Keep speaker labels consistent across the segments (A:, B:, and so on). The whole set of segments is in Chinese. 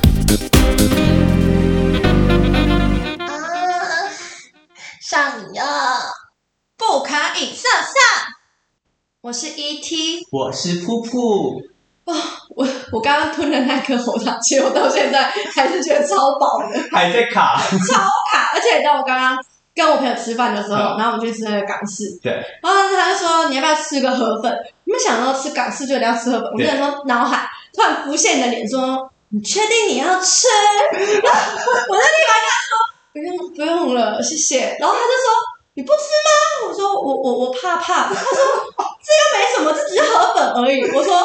A: 我是 E ET，
B: 我是噗噗，
A: 我我刚刚吞了那颗喉糖，其实我到现在还是觉得超饱的，
B: 还在卡。
A: 而且你知道我刚刚跟我朋友吃饭的时候，
B: 嗯
A: 然后我们去吃那个港式，
B: 对，
A: 然后他就说你要不要吃个河粉？你没有想到吃港式就一定要吃河粉，我
B: 对
A: 那时候脑海突然浮现你的脸说你确定你要吃？ 然后我在立马跟他说不用不用了，谢谢。然后他就说你不吃吗？我说我我我怕怕。他说这又没什么，这只是河粉而已。我说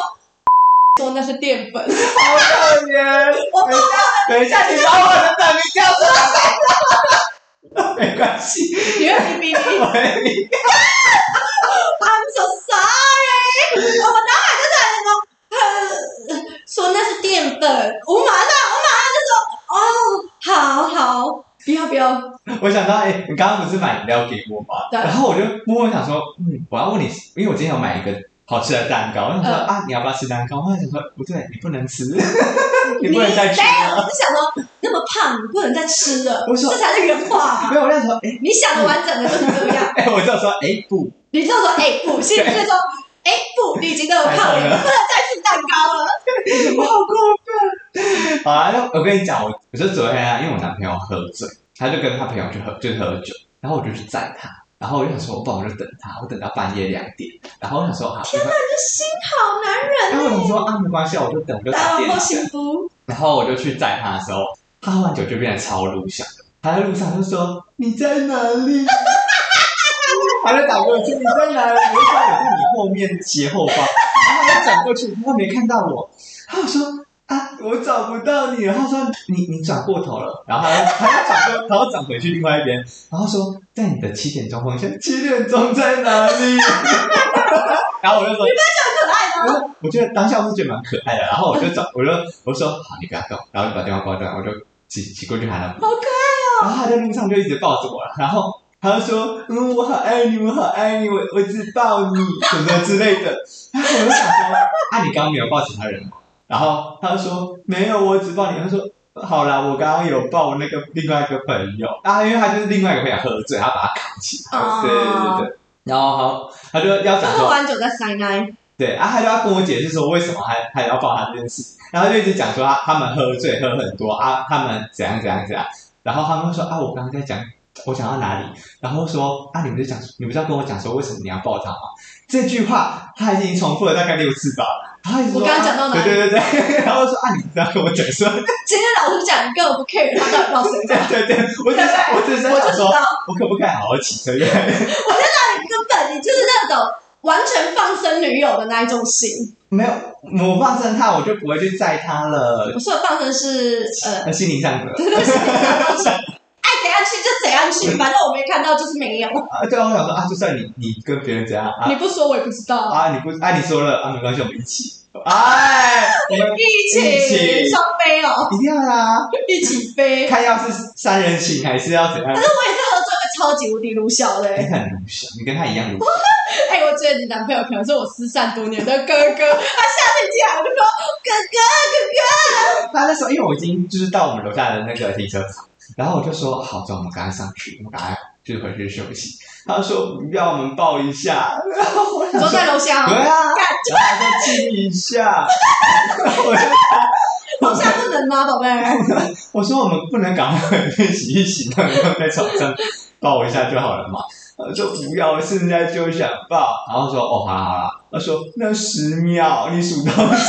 A: 说那是淀粉。
B: 好可怜。
A: 我
B: 等一下，等一下，你把我的本名叫出来。 没关系，
A: 你会哔哔哔
B: 我会理
A: I'm so sorry，我脑海就在那个，呃，说那是淀粉，我马上我马上就说，哦，好好，不要不要，
B: 我想到，哎、你刚刚不是买饮料给我吗？
A: 对
B: 然后我就默默想说，嗯，我要问你，因为我今天有买一个好吃的蛋糕，然后说、
A: 嗯
B: 啊，你要不要吃蛋糕？后来想说，不对，你不能吃， 你
A: 你
B: 不能再吃
A: 对
B: 了。
A: 我就想说，那么胖，你不能再吃了，
B: 我说
A: 这才是原话吧。
B: 没有，我就说，哎、
A: 你想的完整的就是这样，
B: 哎、我就说，哎、不，
A: 你就说，哎、不，心里就说，哎、不，你已经那么胖了，
B: 太胖
A: 你
B: 了
A: 不能再吃蛋糕 了。
B: 我好过分。好啊，那我跟你讲，我我是昨天啊，因为我男朋友喝醉，他就跟他朋友去喝，就喝酒，然后我就去载他，然后我就想说，我不然我就等他，我等到半夜两点，然后我想说，好，没关
A: 你的心好男人，
B: 然后我想说啊，没关系，我就等，我就
A: 大
B: 打
A: 往
B: 电
A: 后
B: 话。
A: 幸福，
B: 然后我就去载他的时候，他喝完酒就变得超路上的，他在路上就说你在哪里？ 他就打给我说你在哪里？我就说我在你后面斜后方，然后他就转过去，他没看到我，他就说。啊，我找不到你了。他说你你转过头了，然后他他要转过，他要转回去另外一边，然后说在你的七点钟方向，七点钟在哪里？ 然后我就说
A: 可爱吗？
B: 我我觉得当下我是觉得蛮可爱的，然后我就找，我就我就说好，你不要动，然后就把电话挂断，我就骑骑过去喊他，
A: 好可爱，
B: 然后啊他在路上就一直抱着我，然后他就说，嗯，我好爱你，我好爱你，我我一直抱你，什么之类的。然后我就想说，啊，你刚刚没有抱其他人吗？然后他就说没有，我只抱你。他说好啦，我刚刚有抱那个另外一个朋友啊，因为他就是另外一个朋友喝醉，他把他扛起来，
A: 哦
B: 对对对对。然后他他就要讲
A: 喝
B: 说，
A: 完酒再塞奶，
B: 对，啊，他就要跟我解释说为什么还还要抱他这件事，然后他就一直讲说他他们喝醉喝很多啊，他们怎样怎样怎样，然后他们说啊，我刚刚在讲我讲到哪里，然后说啊，你不是讲你不是要跟我讲说为什么你要抱他吗？这句话他已经重复了大概六次吧，然后他一直说
A: 我刚刚讲到哪里
B: 啊对对对对，然后说啊，你不是要跟我讲说，
A: 今天老师讲，你根本不 care 他到底抱谁
B: 对对对，我只是我只是 在
A: 我就
B: 想
A: 知
B: 说，
A: 道，
B: 我可不可以好好骑车？因为
A: 根本你就是那种完全放生女友的那一种型。
B: 没有我放生他，我就不会去载他了，
A: 我说的放生是呃，
B: 那心灵上的。
A: 爱怎样去就怎样去，反正我没看到就是没有。
B: 啊，对啊，我想说啊，就算你你跟别人怎样啊
A: 你不说我也不知道。
B: 啊，你不啊，你说了啊，没关系，我们一起，哎，我们
A: 一
B: 一
A: 起
B: 起
A: 双飞哦，
B: 一定要啦，
A: 一起飞。
B: 看要是三人行还是要怎样，
A: 我也是喝醉会超级无敌鲁小的、
B: 你
A: 欸。
B: 很鲁小，你跟他一样鲁小，
A: 哎、我觉得你男朋友可能是我失散多年的哥哥，他下次进来我就说哥哥
B: 他那时候因为我已经就是到我们楼下的那个停车场，然后我就说好，走，我们赶快上去，我们赶快就是回去休息。他说不要，我们抱一下，然后我
A: 哥哥，你
B: 想
A: 说
B: 说
A: 在楼下
B: 对
A: 哦，干
B: 啊，然后他说亲一下， 然后我就
A: 楼下不能吗，宝贝？
B: 我说我们不能赶快练习一洗，然后在床上抱一下就好了嘛。 他说不要，现在就想抱。然后说哦，好了好了。他说那十秒，你数到十。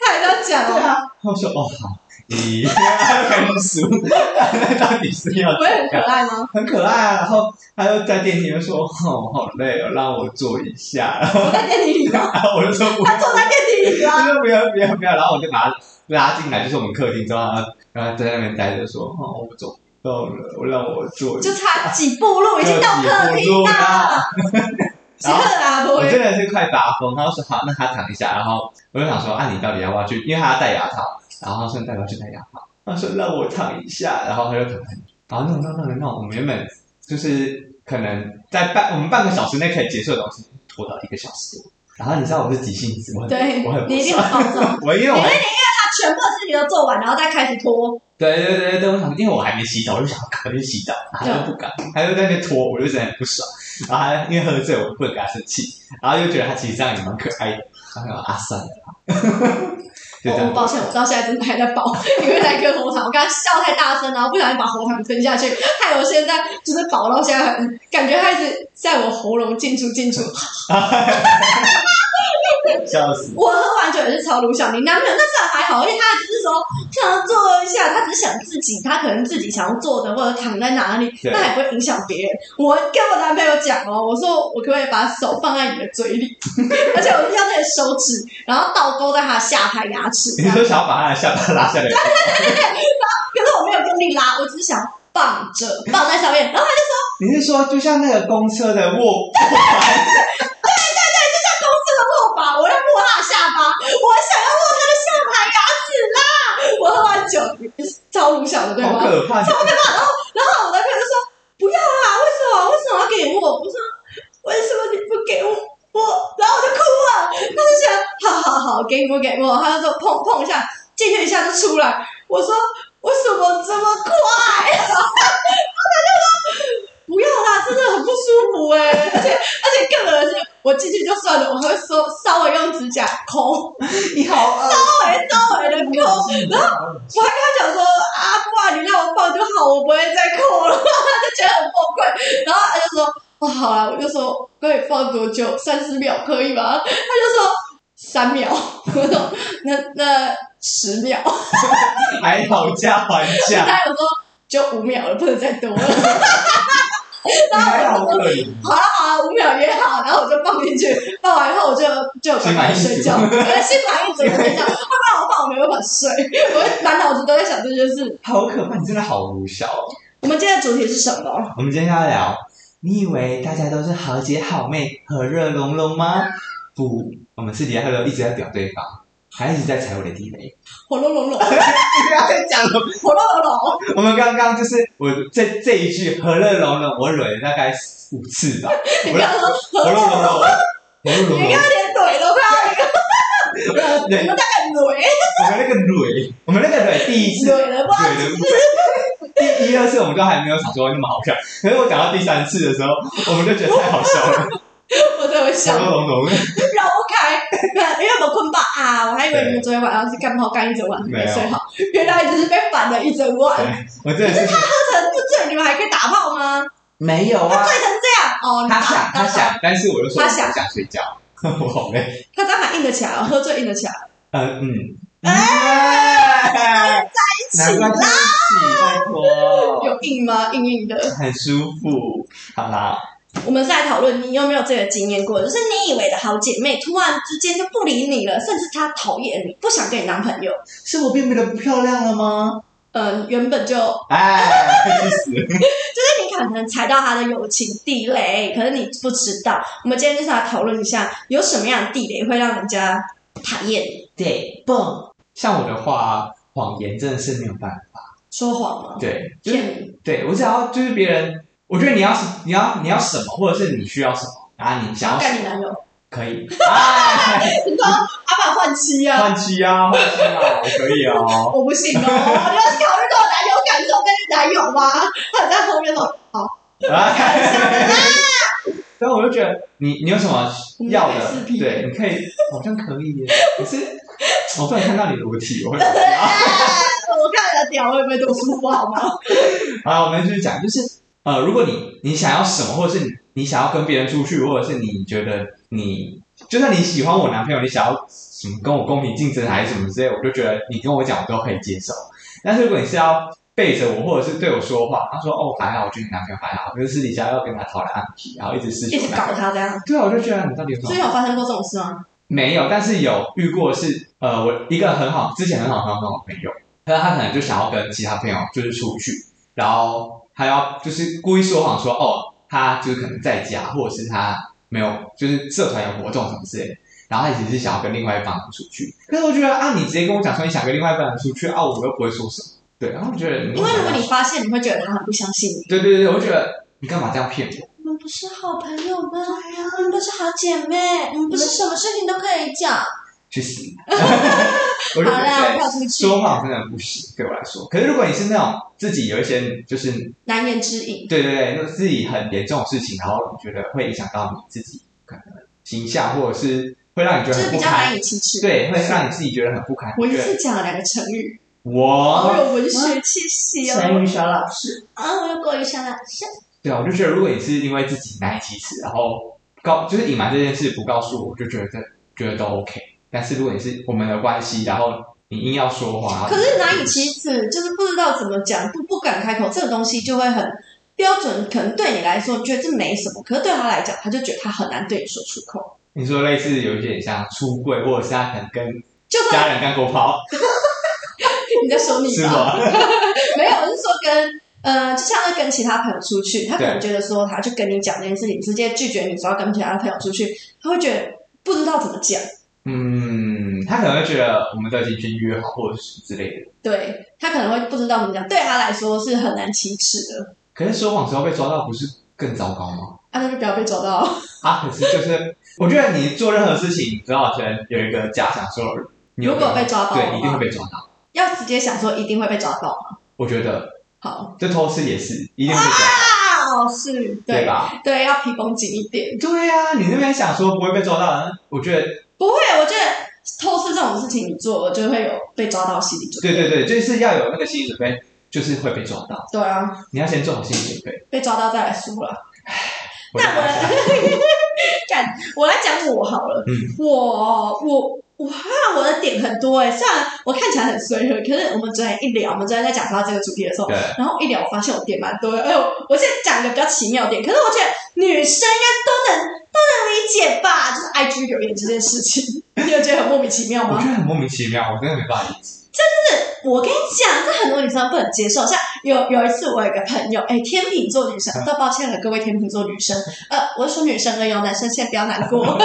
A: 他还在讲
B: 对
A: 哦，
B: 啊。我说哦好，一，开始数， 到底是要
A: 不会很可爱吗？
B: 很可爱啊。然后他又在电梯里面说哦好累哦，让我坐一下。然后
A: 我在电梯里吗？
B: 然后我 就说不
A: 他坐在电梯里啊吗？
B: 他说不要不要不要，然后我就把他拉进来，就是我们客厅之后，然后然后在那边待着说，哦，我走不动了，我让我坐一下
A: 就。差几步路已经到客厅啦，是
B: 然后
A: 客啊，不
B: 我
A: 会
B: 真的是快发疯，他说好，那他躺一下，然后我就想说，啊，你到底要不要去？因为他要戴牙套，然后他说你到底要去戴牙套，他说让我躺一下，然后他就躺很久，然后弄弄弄弄弄，我们原本就是可能在半我们半个小时内可以结束的东西，拖到一个小时多。然后你知道我是急性子，我很
A: 对
B: 我很，不
A: 你一定
B: 爽
A: 很放松。
B: 我因为我
A: 他全部的事情都做完，然后再开始拖，
B: 对对对对对，我想，因为我还没洗澡，我就想赶快去洗澡，他就不敢，他就在那边拖，我就真的很不爽。然后他因为喝醉，我不能跟他生气，然后就觉得他其实这样也蛮可爱的，然后啊算了啦，
A: 我我哦
B: 就这样。
A: 抱歉，我到现在真的还在爆， 因为在割喉糖，我刚刚笑太大声，然后不小心把喉糖吞下去，害我现在就是饱到现在很，感觉它一直在我喉咙进出进出。
B: 笑死！
A: 我喝完酒也是超卢小明，男朋友那时候还好，因为他只是说想要做一下，他只是想自己，他可能自己想要做的或者躺在哪里，
B: 对
A: 那也不会影响别人。我跟我男朋友讲哦，我说我可不可以把手放在你的嘴里， 而且我要那个手指，然后倒钩在他的下排牙齿这
B: 你
A: 样，
B: 说想要把他的下巴拉下来，
A: 可是我没有用力拉，我只是想放着放在上面，然后他就
B: 你是说就像那个公车的卧
A: 公司的握把，我要握他的下巴，我想要握他的下排牙齿啦。我喝完酒超卢小的对
B: 好
A: 吗？
B: 可怕！
A: 然后我男朋友就说：“不要啦，为什么？为什么要给我？”我说：“为什么你不给我？”我，然后我就哭了。他就想：“好好好，给我给我。”他就说：“碰碰一下，进去一下就出来。”我说：“为什么这么快？”然后他就说：“不要啦，真的很不舒服哎、而且而且更恶心，我进去就算了，我还会说稍微用指甲抠，
B: 你好恶
A: 稍微稍微的抠，然后我还跟他讲说啊，不然你让我放就好，我不会再哭了，他就觉得很崩溃。然后他就说，哦，好了，我就说可以放多久？三十秒可以吗？他就说三秒。我说那那十秒。
B: 还讨价还价，
A: 他有说就五秒了，不能再多了。
B: 你还好可怜。
A: 好了好啊了，五秒约好，然后我就放进去，放完以后我就就赶快睡觉，
B: 心满意
A: 我心满意足地睡觉，他不然我放我没办法睡，我满脑子都在想这件事。
B: 好可怕！你真的好无效哦。
A: 我们今天的主题是什么？
B: 我们今天要聊，你以为大家都是好姐好妹、和热融融吗？不，我们私底下会都一直在屌对方，还一直在踩我的地雷。
A: 火龙龙龙，
B: 你不要再讲了。
A: 火龙龙龙，
B: 我们刚刚就是我这这一句和热融融，我忍了大概五次吧。
A: 你刚刚说
B: 和
A: 火龙
B: 热融
A: 龙
B: 融
A: 龙，，
B: 和热融
A: 你
B: 融
A: 刚。刚连怼都快要，
B: 对
A: 你们大概怼
B: 我们那个蕊，我们那个蕊第一次
A: 怼了吧？
B: 对对对，第一、二次我们都还没有想说那么好笑，可是我讲到第三次的时候，我们就觉得太好笑了，
A: 我都会笑，
B: 喉咙聋。
A: 绕不开，因为我们困吧啊，我还以为你们昨天晚上是干泡干一整晚没睡好，原来只是被反了一整晚。
B: 对我真的是
A: 喝成不醉，你们还可以打炮吗？
B: 没有
A: 他醉成这样哦，
B: 他想他
A: 想，
B: 想，但是我就说
A: 他想
B: 我想睡觉， 我好累。
A: 他当然硬得起来哦，喝醉硬得起来，
B: 嗯嗯，
A: 在一起
B: 哎，难怪在一起，拜托，
A: 有硬吗？硬硬的。
B: 很舒服。好啦，
A: 我们再讨论你有没有这个经验过，就是你以为的好姐妹突然之间就不理你了，甚至她讨厌你，不想跟你当朋友。
B: 是我变得不漂亮了吗？
A: 嗯，原本就就
B: 哎，气死
A: 是
B: 了！
A: 你可能踩到她的友情地雷，可是你不知道。我们今天就是来讨论一下，有什么样的地雷会让人家讨厌你？
B: 对，蹦。像我的话，谎言真的是没有办法。
A: 说谎吗？
B: 对，就是
A: 骗你？
B: 对我只要就是别人，我觉得你要是你要你要什么，或者是你需要什么，啊，你想要什
A: 干
B: 么
A: 你男友？
B: 可以，哎，
A: 你说阿爸换妻啊？
B: 换妻啊，换妻啊，我可以 哦。
A: 我不信哦，你要是考虑到我男友感受跟男友吗？他在后面说
B: 哎，然后我就觉得你你有什么要
A: 我
B: 的
A: 们来试，屁
B: 对，你可以， 好像可以耶。可是我不能看到你裸体，我会。 啊
A: 我看了屌，我也没多舒服好吗？
B: 好，我们继续讲，就是呃，如果你你想要什么，或者是你你想要跟别人出去，或者是你觉得你就算你喜欢我男朋友，你想要什么跟我公平竞争还是什么之类，我就觉得你跟我讲，我都可以接受。但是如果你是要背着我，或者是对我说话，他说哦还好，我觉得你男朋友还好，可是私底下要跟他讨来暗皮，然后一直失去
A: 一直
B: 我男
A: 搞
B: 朋友。
A: 他这样，
B: 对啊，我就觉得你到底有什么
A: 所以有发生过这种事吗？
B: 没有，但是有遇过是呃，我一个很好，之前很好很好很好的朋友，但他可能就想要跟其他朋友就是出去，然后他要就是故意说谎说哦，他就是可能在家，或者是他没有，就是社团有活动什么之类的。然后他其实是想要跟另外一帮人出去，可是我觉得啊，你直接跟我讲说你想跟另外一帮人出去啊，我又不会说什么，对，然后我觉得嗯
A: 因为如果你发现，你会觉得他很不相信你。
B: 对对对，我觉得你干嘛这样骗我？
A: 你们不是好朋友吗？
B: 啊
A: 你 们不是好姐妹，你们不是什么事情都可以讲。
B: 去死！我就
A: 好啦，我
B: 觉
A: 跳出
B: 得
A: 去，
B: 说谎真的不行，对我来说。可是如果你是那种自己有一些就是
A: 难言之隐。
B: 对对对，就是自己很严重的事情，然后你觉得会影响到你自己可能形象，或者是会让你觉
A: 就
B: 得
A: 是
B: 很
A: 比
B: 不
A: 较
B: 堪，
A: 难以启齿。，
B: 对，会让你自己觉得很不堪。
A: 我一
B: 觉得
A: 次讲了两个成语，好
B: 我
A: 有文学气息
B: 成
A: 哦。
B: 语小老师，
A: 啊，我又过于想了，是
B: 对啊，我就觉得如果你是因为自己难以启齿，然后告就是隐瞒这件事不告诉我，我就觉得觉得都 OK。但是如果你是我们的关系，然后你硬要说话，
A: 可是难以启齿，就是不知道怎么讲，不不敢开口，这个东西就会很标准。可能对你来说，你觉得这没什么，可是对他来讲，他就觉得他很难对你说出口。
B: 你说类似有一点像出柜，或者是他可能跟
A: 就算
B: 家人干过 炮，
A: 你在说你
B: 是
A: 吧，
B: 吗？
A: 没有，我是说跟呃，就像是跟其他朋友出去，他可
B: 对
A: 能觉得说，他就跟你讲这件事情，直接拒绝你说要跟其他朋友出去，他会觉得不知道怎么讲。
B: 嗯，他可能会觉得我们都已经先约好，或者是之类的。
A: 对他可能会不知道怎么讲，对他来说是很难启齿的。
B: 可是说谎之后被抓到，不是更糟糕吗？
A: 啊，那就不要被找到。
B: 啊，可是就是， 我觉得你做任何事情，只要可能有一个假想说，你有
A: 如果被抓到的
B: 对，
A: 话
B: 一定会被抓到。
A: 要直接想说一定会被抓到吗？
B: 我觉得
A: 好，
B: 这偷吃也是一定会被抓到，
A: 啊，是，
B: 对
A: 对
B: 吧？
A: 对，要皮绷紧一点。
B: 对呀、你那边想说不会被抓到，我觉得
A: 不会，我觉得偷吃这种事情你做，我就会有被抓到心理准备。
B: 对对对，就是要有那个心理准备，就是会被抓到，
A: 对啊，
B: 你要先做好心理准备。
A: 被抓到再来说啦。
B: 我就
A: 那
B: 发现
A: 我 干，我来讲我好了。
B: 嗯
A: 我我哇，我的点很多哎、虽然我看起来很随和，可是我们昨天一聊，我们昨天在讲到这个主题的时候，
B: 对，
A: 然后一聊，我发现我点蛮多的。哎呦，我现在讲一个比较奇妙的点，可是我觉得女生应该都能都能理解吧，就是 IG 留言这件事情， 你有觉得很莫名其妙
B: 我
A: 吗
B: 觉？得很莫名其妙，我真的没办法理解。
A: 我跟你讲，这很多女生不能接受。像有有一次，我有一个朋友，哎，天秤座女生，都抱歉了，各位天秤座女生，呃，我是说女生而已哦，男生先不要难过。 我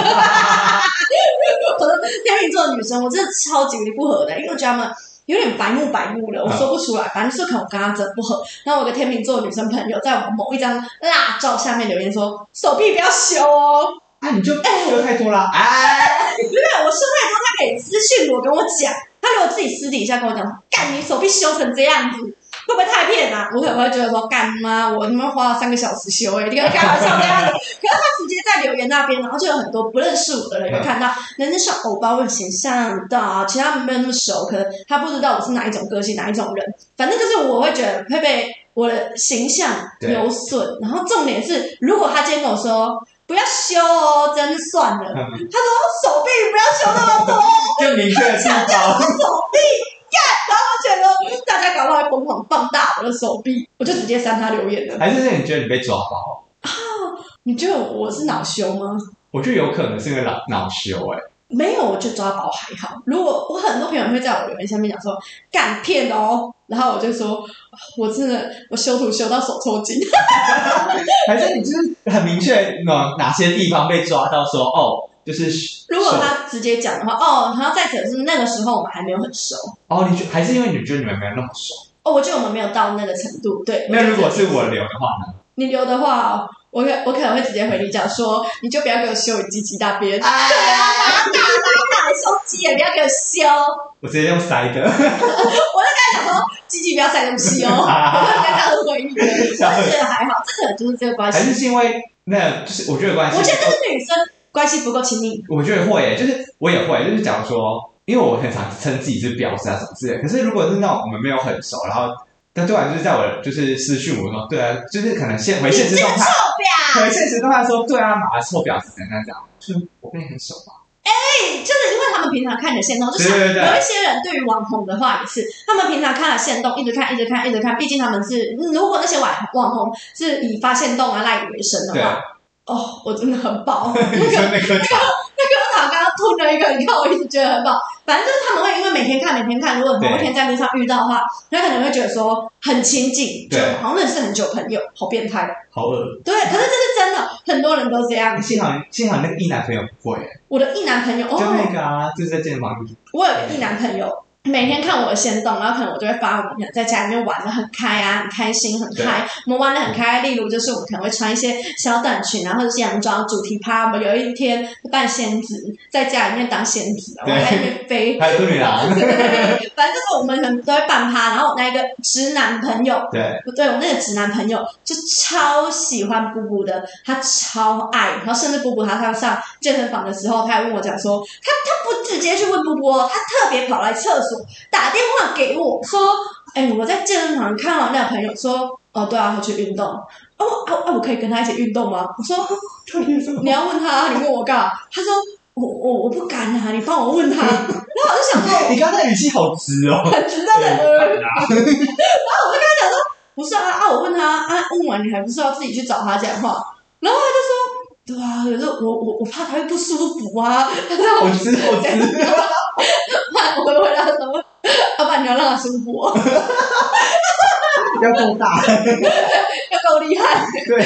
A: 说天秤座女生，我真的超级不合的，因为我觉得他们。有点白目白目了，我说不出来，反正就可能我跟他真的不合。然后我有个天秤座女生朋友在我某一张辣照下面留言说：“手臂不要修哦。”
B: 啊，你就说太多了，哎，
A: 对，我说太多，他可以私信我跟我讲。他如果自己私底下跟我讲，干你手臂修成这样子，会不会太骗啊？我可能会觉得说，干妈，我他妈花了三个小时修、欸，哎，你跟他开玩笑这样子。可是他直接在留言那边，然后就有很多不认识我的人有看到，人家是偶包，我很形象的，其他没有那么熟，可能他不知道我是哪一种个性，哪一种人。反正就是我会觉得会被我的形象
B: 对
A: 有损。然后重点是，如果他今天跟我说不要修哦，真的算了。他说手臂不要修那么多，
B: 就明确的地方。
A: 手臂干。然后我觉得大家搞不好还疯狂放大我的手臂，我就直接删他留言了。
B: 还是是你觉得你被抓包？
A: 你觉得我是恼羞吗？
B: 我觉得有可能是因为脑脑羞哎、
A: 没有，我就抓包还好。如果我很多朋友会在我留言下面讲说干骗哦，然后我就说我真的我修图修到手抽筋。
B: 哎还是你就是很明确哪哪些地方被抓到说哦，就是手
A: 如果他直接讲的话，哦，然后再者是那个时候我们还没有很熟，
B: 哦，你觉还是因为你觉得你们没有那么熟？
A: 哦，我觉得我们没有到那个程度。对，
B: 那如果
A: 我觉得
B: 是我留的话呢？
A: 你留的话，我可我可能会直接回你讲说，你就不要给我修你鸡鸡大便，对啊，打打打打收鸡也不要给我修，
B: 我直接用塞
A: 哎
B: 的，
A: 他想说鸡鸡不要塞东 西哦，我会比较这样回你的。我觉得还好，这可能就是这个关
B: 还是
A: 系，
B: 是因为那就是我觉得关系，
A: 我觉得这是女生关系不够亲密，
B: 我觉得会、欸，就是我也会，就是假如说，因为我很常称自己是表示啊什么之类的，可是如果是那种我们没有很熟，然后他突然就是在我的就是私讯我说，对啊，就是可能现回现实动态，回现实动态说，对啊，马臭婊子怎样怎样，就是我跟你很熟嘛，
A: 对，哎就是因为他们平常看你的线动，就像有
B: 对对对
A: 一些人对于网红的话也是，他们平常看了线动，一直看，一直看，一直看，毕竟他们是，嗯如果那些网网红是以发现动啊赖以为生的
B: 对
A: 话，
B: 啊，
A: 哦，我真的很饱， 那
B: 你
A: 个
B: 说那个
A: 那个我刚刚吞了一个，你看我一直觉得很饱。反正就是他们会因为每天看，每天看，如果某一天在路上遇到的话，他可能会觉得说很亲近，就
B: 对
A: 好像认识很久朋友，好变态哦。
B: 好恶，
A: 对，可是这是真的，很多人都这样。
B: 幸好幸好那个一男朋友不会、欸，
A: 我的一男朋友，
B: 就那
A: 哦，
B: 个啊，就是在健身房遇
A: 我有一男朋友，每天看我的行动，然后可能我就会发我们可能在家里面玩的很开啊，很开心，很嗨，我们玩的很开。例如就是我们可能会穿一些小短裙，然后是洋装主题趴。我们有一天扮仙子，在家里面当仙子，我
B: 对
A: 还会飞。
B: 还有对啊，
A: 对对对对反正就是我们可能都会扮趴。然后我那一个直男朋友，
B: 对，
A: 不对，我那个直男朋友就超喜欢布布的，他超爱，然后甚至布布他刚上健身房的时候，他还问我讲说，他他不直接去问布布哦，他特别跑来厕所打电话给我说，哎、我在健身房看到那个朋友说，哦，对啊，他去运动，哦，啊啊，我可以跟他一起运动吗？我说嗯
B: 特别什么
A: 你要问他，你问我干嘛？他说我我我不敢啊，你帮我问他。然 后我就想说，
B: 你刚才语气好直 哦，
A: 很直的人，呃
B: 对啊
A: 不是啊啊！我问他啊，问完你还不是要自己去找他讲话？然后他就说，对啊，可是我我我怕他会不舒服啊。他说
B: 好直好直，
A: 怕我会回答什么？啊要不然你要让他舒服哦，
B: 要够大，
A: 要够厉害。
B: 对，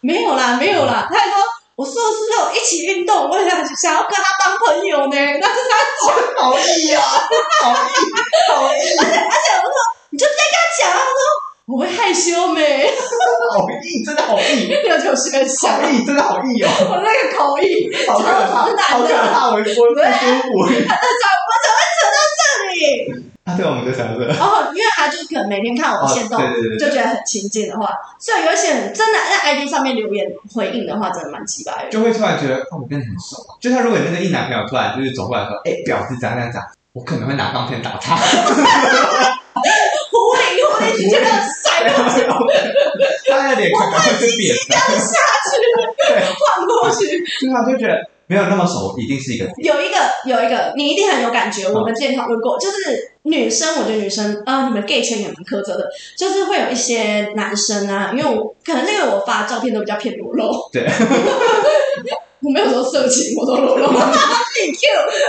A: 没有啦，没有啦。他还说，我是不是有一起运动？我想想要跟他当朋友呢。那就是他讲，
B: 好意啊，好意，好
A: 而
B: 意，
A: 且我说，你就直接跟他讲啊。他说我会害羞 没？
B: 好意，真的好意，
A: 六九十分想
B: 好意，真的好意哦，
A: 我那个口音，
B: 好可怕，好可怕，我我不舒服。
A: 他在讲我怎么会扯到这里？
B: 啊，对，我们就想这个，
A: 哦，因为他就可能每天看我的线动，
B: 哦对对对
A: 就觉得很亲近的话，所以有一些人真的在 IG 上面留言回应的话，真的蛮奇葩的。
B: 就会突然觉得，哦，我跟你很熟。就他如果你那个一男朋友突然就是走过来说，哎、表示怎样怎样怎样，我可能会拿钢片打他。
A: 狐狸，狐狸，你这个甩到
B: 他的脸可能会是扁的，
A: 下去，晃过去。
B: 就他就觉得没有那么熟，一定是一个
A: 有一个，有一个，你一定很有感觉。我们之前讨论过，就是女生，我觉得女生啊、你们 gay 圈也蛮苛责的，就是会有一些男生啊，因为我可能是因为我发照片都比较偏裸露，
B: 对，
A: 我没有说色情，我说裸露，自己 Q，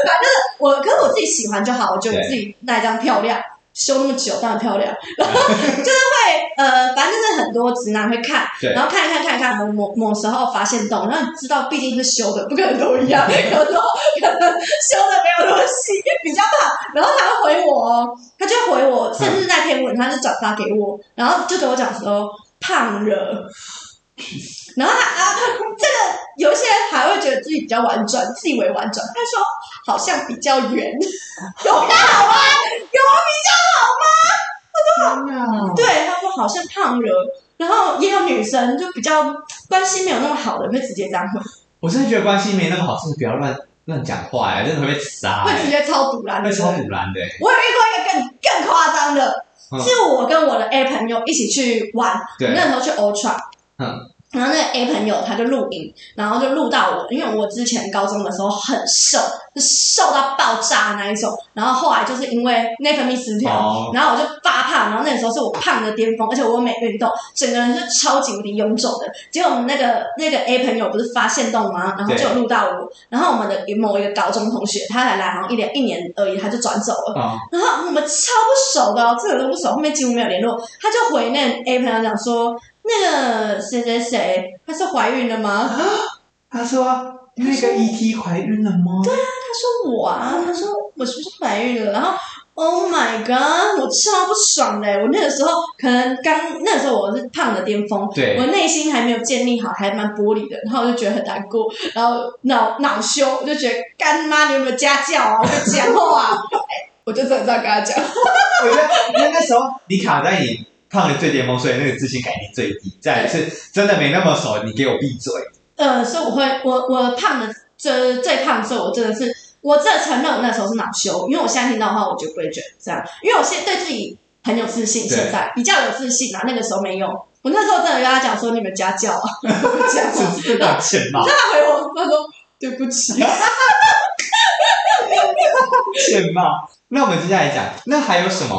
A: 反正我，可是我自己喜欢就好，我觉得我自己那一张漂亮，修那么久当然漂亮，然后就是会呃，反正就是很多直男会看，
B: 对
A: 然后看一看看一看，某某某时候发现洞，然后你知道毕竟是修的，不可能都一样，有时候可能修的没有那么细，比较怕，然后他会回我哦，他就回我，甚至那篇文他就转发给我，然后就跟我讲说胖了。然后他啊，这个有一些人还会觉得自己比较婉转，自以为婉转。他说好像比较圆， 有比较好吗？有
B: 啊，
A: 对，他说好像胖了。然后也有女生就比较关系没有那么好的，会直接这样回，
B: 我真的觉得关系没那么好，是不要乱乱讲话哎、真的会被杀、
A: 会直
B: 欸，
A: 接超毒啦。
B: 会超堵然的、欸。
A: 我有遇过一个更更夸张的，
B: 嗯
A: 是我跟我的 A 朋友一起去玩，我
B: 对
A: 那时候去 Ultra，
B: 嗯
A: 然后那个 A 朋友他就录影，然后就录到我，因为我之前高中的时候很瘦，就瘦到爆炸那一种，然后后来就是因为内分泌失调，
B: 哦，
A: 然后我就发胖，然后那个时候是我胖的巅峰，而且我又没运动，整个人就超级无敌臃肿的。结果我们那个那个 A 朋友不是发现动吗？然后就有录到我，然后我们的某一个高中同学，他才来好像一两一年而已，他就转走了。
B: 啊、
A: 然后我们超不熟的、哦，这个都不熟，后面几乎没有联络。他就回那 A 朋友讲说，那个谁谁谁，她是怀孕了吗？
B: 他说那个 ET 怀孕了吗？对，
A: 他说我啊，他说我是不是怀孕了？然后 Oh my god，我超不爽的欸、我那个时候可能刚那个时候我是胖的巅峰，
B: 对
A: 我内心还没有建立好，还蛮玻璃的，然后我就觉得很难过，然后恼恼羞，我就觉得干妈你有没有家教啊？我跟你讲话、啊，我就真的这样跟他讲，
B: 我觉得因为那时候你卡在你胖的最巅峰，所以那个自信感你最低。再来是真的没那么熟，你给我闭嘴。
A: 呃，所以我会我我胖的最最胖的时候，我真的是我真的承认我那时候是恼羞，因为我现在听到的话，我就不会觉得这样，因为我现在对自己很有自信，
B: 对
A: 现在比较有自信啊，那个时候没有。我那时候真的跟他讲说你们家教啊，家教，
B: 是是道歉骂，
A: 他回我他说对不起，啊
B: 欠骂。那我们接下来讲，那还有什么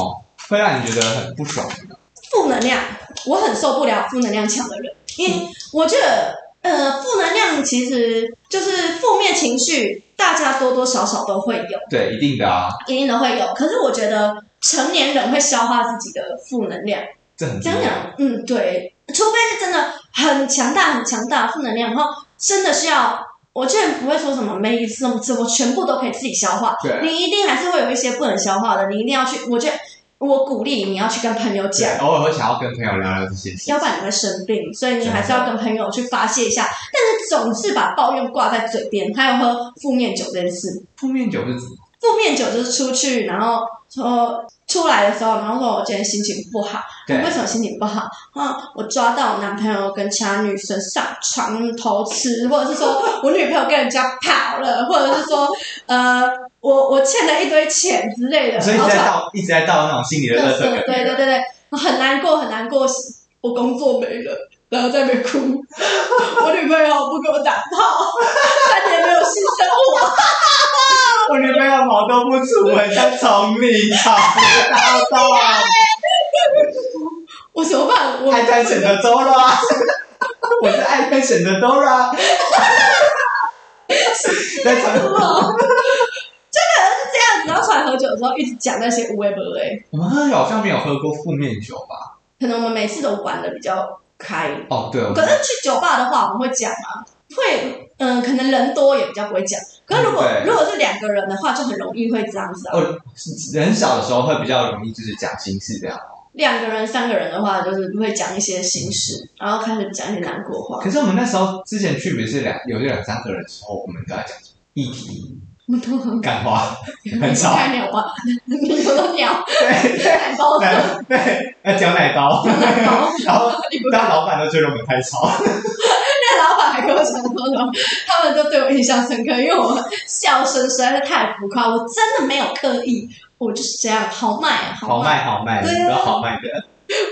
B: 会让你觉得很不爽？
A: 负能量，我很受不了负能量强的人，因为我觉得，呃，负能量其实就是负面情绪，大家多多少少都会有，
B: 对，一定的啊，
A: 一定都会有。可是我觉得成年人会消化自己的负能量，
B: 这很
A: 这样
B: 重要。
A: 讲，嗯，对，除非是真的很强大、很强大的负能量，然后真的需要我竟然不会说什么每一次怎么怎么全部都可以自己消化，
B: 对
A: 你一定还是会有一些不能消化的，你一定要去。我觉得我鼓励你要去跟朋友讲
B: 对，，偶尔会想要跟朋友聊聊这些事情
A: 要不然你会生病，所以你还是要跟朋友去发泄一下。但是总是把抱怨挂在嘴边，还有喝负面酒这件事。
B: 负面酒是指
A: 负面酒就是出去，然后说出来的时候，然后说我今天心情不好，我
B: 对
A: 为什么心情不好？啊，我抓到我男朋友跟其他女生上床偷吃，或者是说我女朋友跟人家跑了，或者是说呃我我欠了一堆钱之类的，
B: 所以一
A: 然
B: 直
A: 后
B: 在
A: 就
B: 倒，一直在倒那种心里的
A: 垃
B: 垃
A: 圾
B: 圾梗。
A: 对对对对，很难过很难过，我工作没了，然后在那边哭，我女朋友不给我打炮，三年没有性生活，
B: 我女朋友毛都不出，很像丛林草大道啊，
A: 我怎么办？我
B: 爱在选择州了啊。我是爱在选择州啦。在
A: 不
B: 成
A: 好。就可能是这样子，然后出来喝酒的时候一直讲那些无微不微，
B: 我们好像没有喝过负面酒吧？
A: 可能我们每次都玩的比较开。
B: 哦，对，我
A: 可是去酒吧的话，我们会讲啊，会嗯，可能人多也比较不会讲。可是如果
B: 嗯对
A: 如果是两个人的话，就很容易会这样子啊。
B: 哦，人少的时候会比较容易就是讲心事这样。
A: 两个人、三个人的话，就是会讲一些心事，然后开始讲一些难过话。
B: 可是我们那时候之前去不是两有两三个人的时候，我们都在讲议题
A: 我们都很
B: 干 话，很吵。
A: 菜鸟吧？你们都鸟，
B: 对对
A: 奶包子，
B: 对对，要讲奶包，
A: 奶包子
B: 然后
A: 你不
B: 当老板都觉得我们太吵。
A: 啊 那老板还跟我讲说什么，他们都对我印象深刻，因为我笑声实在是太浮夸，我真的没有刻意，我就是这样，好卖啊，
B: 好
A: 卖，
B: 卖好卖，
A: 对啊
B: 你知道好卖的。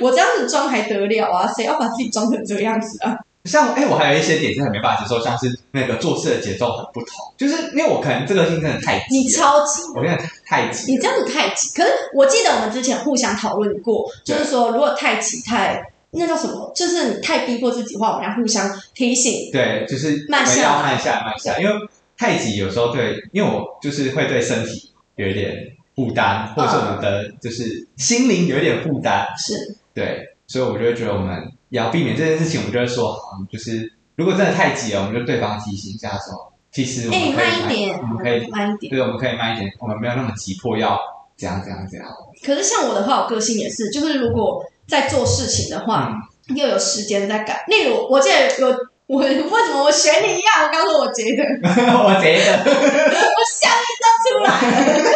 A: 我这样子装还得了啊？谁要把自己装成这个样 子啊？
B: 像哎、我还有一些点是很没办法接受，像是那个做事的节奏很不同，就是因为我可能这个性真的太
A: 你
B: 急了，
A: 超级
B: 我真的太急
A: 你
B: 了。
A: 这样子太急，可是我记得我们之前互相讨论过，就
B: 对
A: 是说如果太急太那叫什么，就是你太逼迫自己的话，我们要互相提醒。
B: 对，就是
A: 慢下
B: 我们要慢下来，慢下来，因为太急有时候对，因为我就是会对身体有一点负担，或者是我
A: 啊
B: 们的就是心灵有一点负担，
A: 是，
B: 对，所以我就会觉得我们要避免这件事情，我们就会说，好，就是如果真的太急了，我们就对方提醒一下说，其实我
A: 哎、
B: 嗯们可以
A: 慢一点，
B: 我们可以
A: 慢一点。
B: 对，我们可以慢一点，我们没有那么急迫要怎样怎样怎样。
A: 可是像我的话，我个性也是，就是如果在做事情的话，又有时间在赶。例如，我记得有我为什么我选你一样？我刚说我觉得
B: 我觉得，
A: 我笑意都出来 了。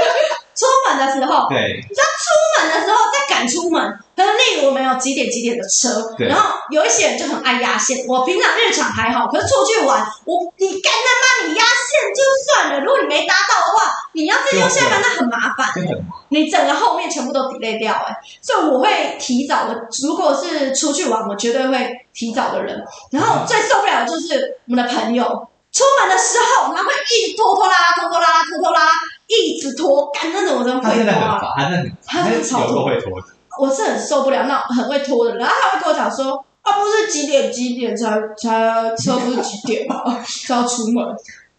A: 出门的时候，
B: 对
A: 出门的时候再赶出门，可能例如我们有几点几点的车，
B: 对
A: 然后有一些人就很爱压线。我平常日常还好，可是出去玩，我你干他妈你压线就算了，如果你没搭到的话，你要再用下班那很麻烦，
B: 真的很
A: 你整个后面全部都 delay 掉、哎，所以我会提早的。如果是出去玩，我绝对会提早的人。然后最受不了的就是我们的朋友。出门的时候，他会一直拖拖拉拉、拖拖拉拉、拖拖拉拉，一直拖，干那种我真的
B: 他
A: 会
B: 真的
A: 拖
B: 很
A: 啊。
B: 烦，他真的很
A: 他真的超
B: 有时
A: 多
B: 候会拖的。
A: 我是很受不了那种很会拖的人，然后他会跟我讲说，啊，不是几点几点才才车不是几点吗？ 就要出门，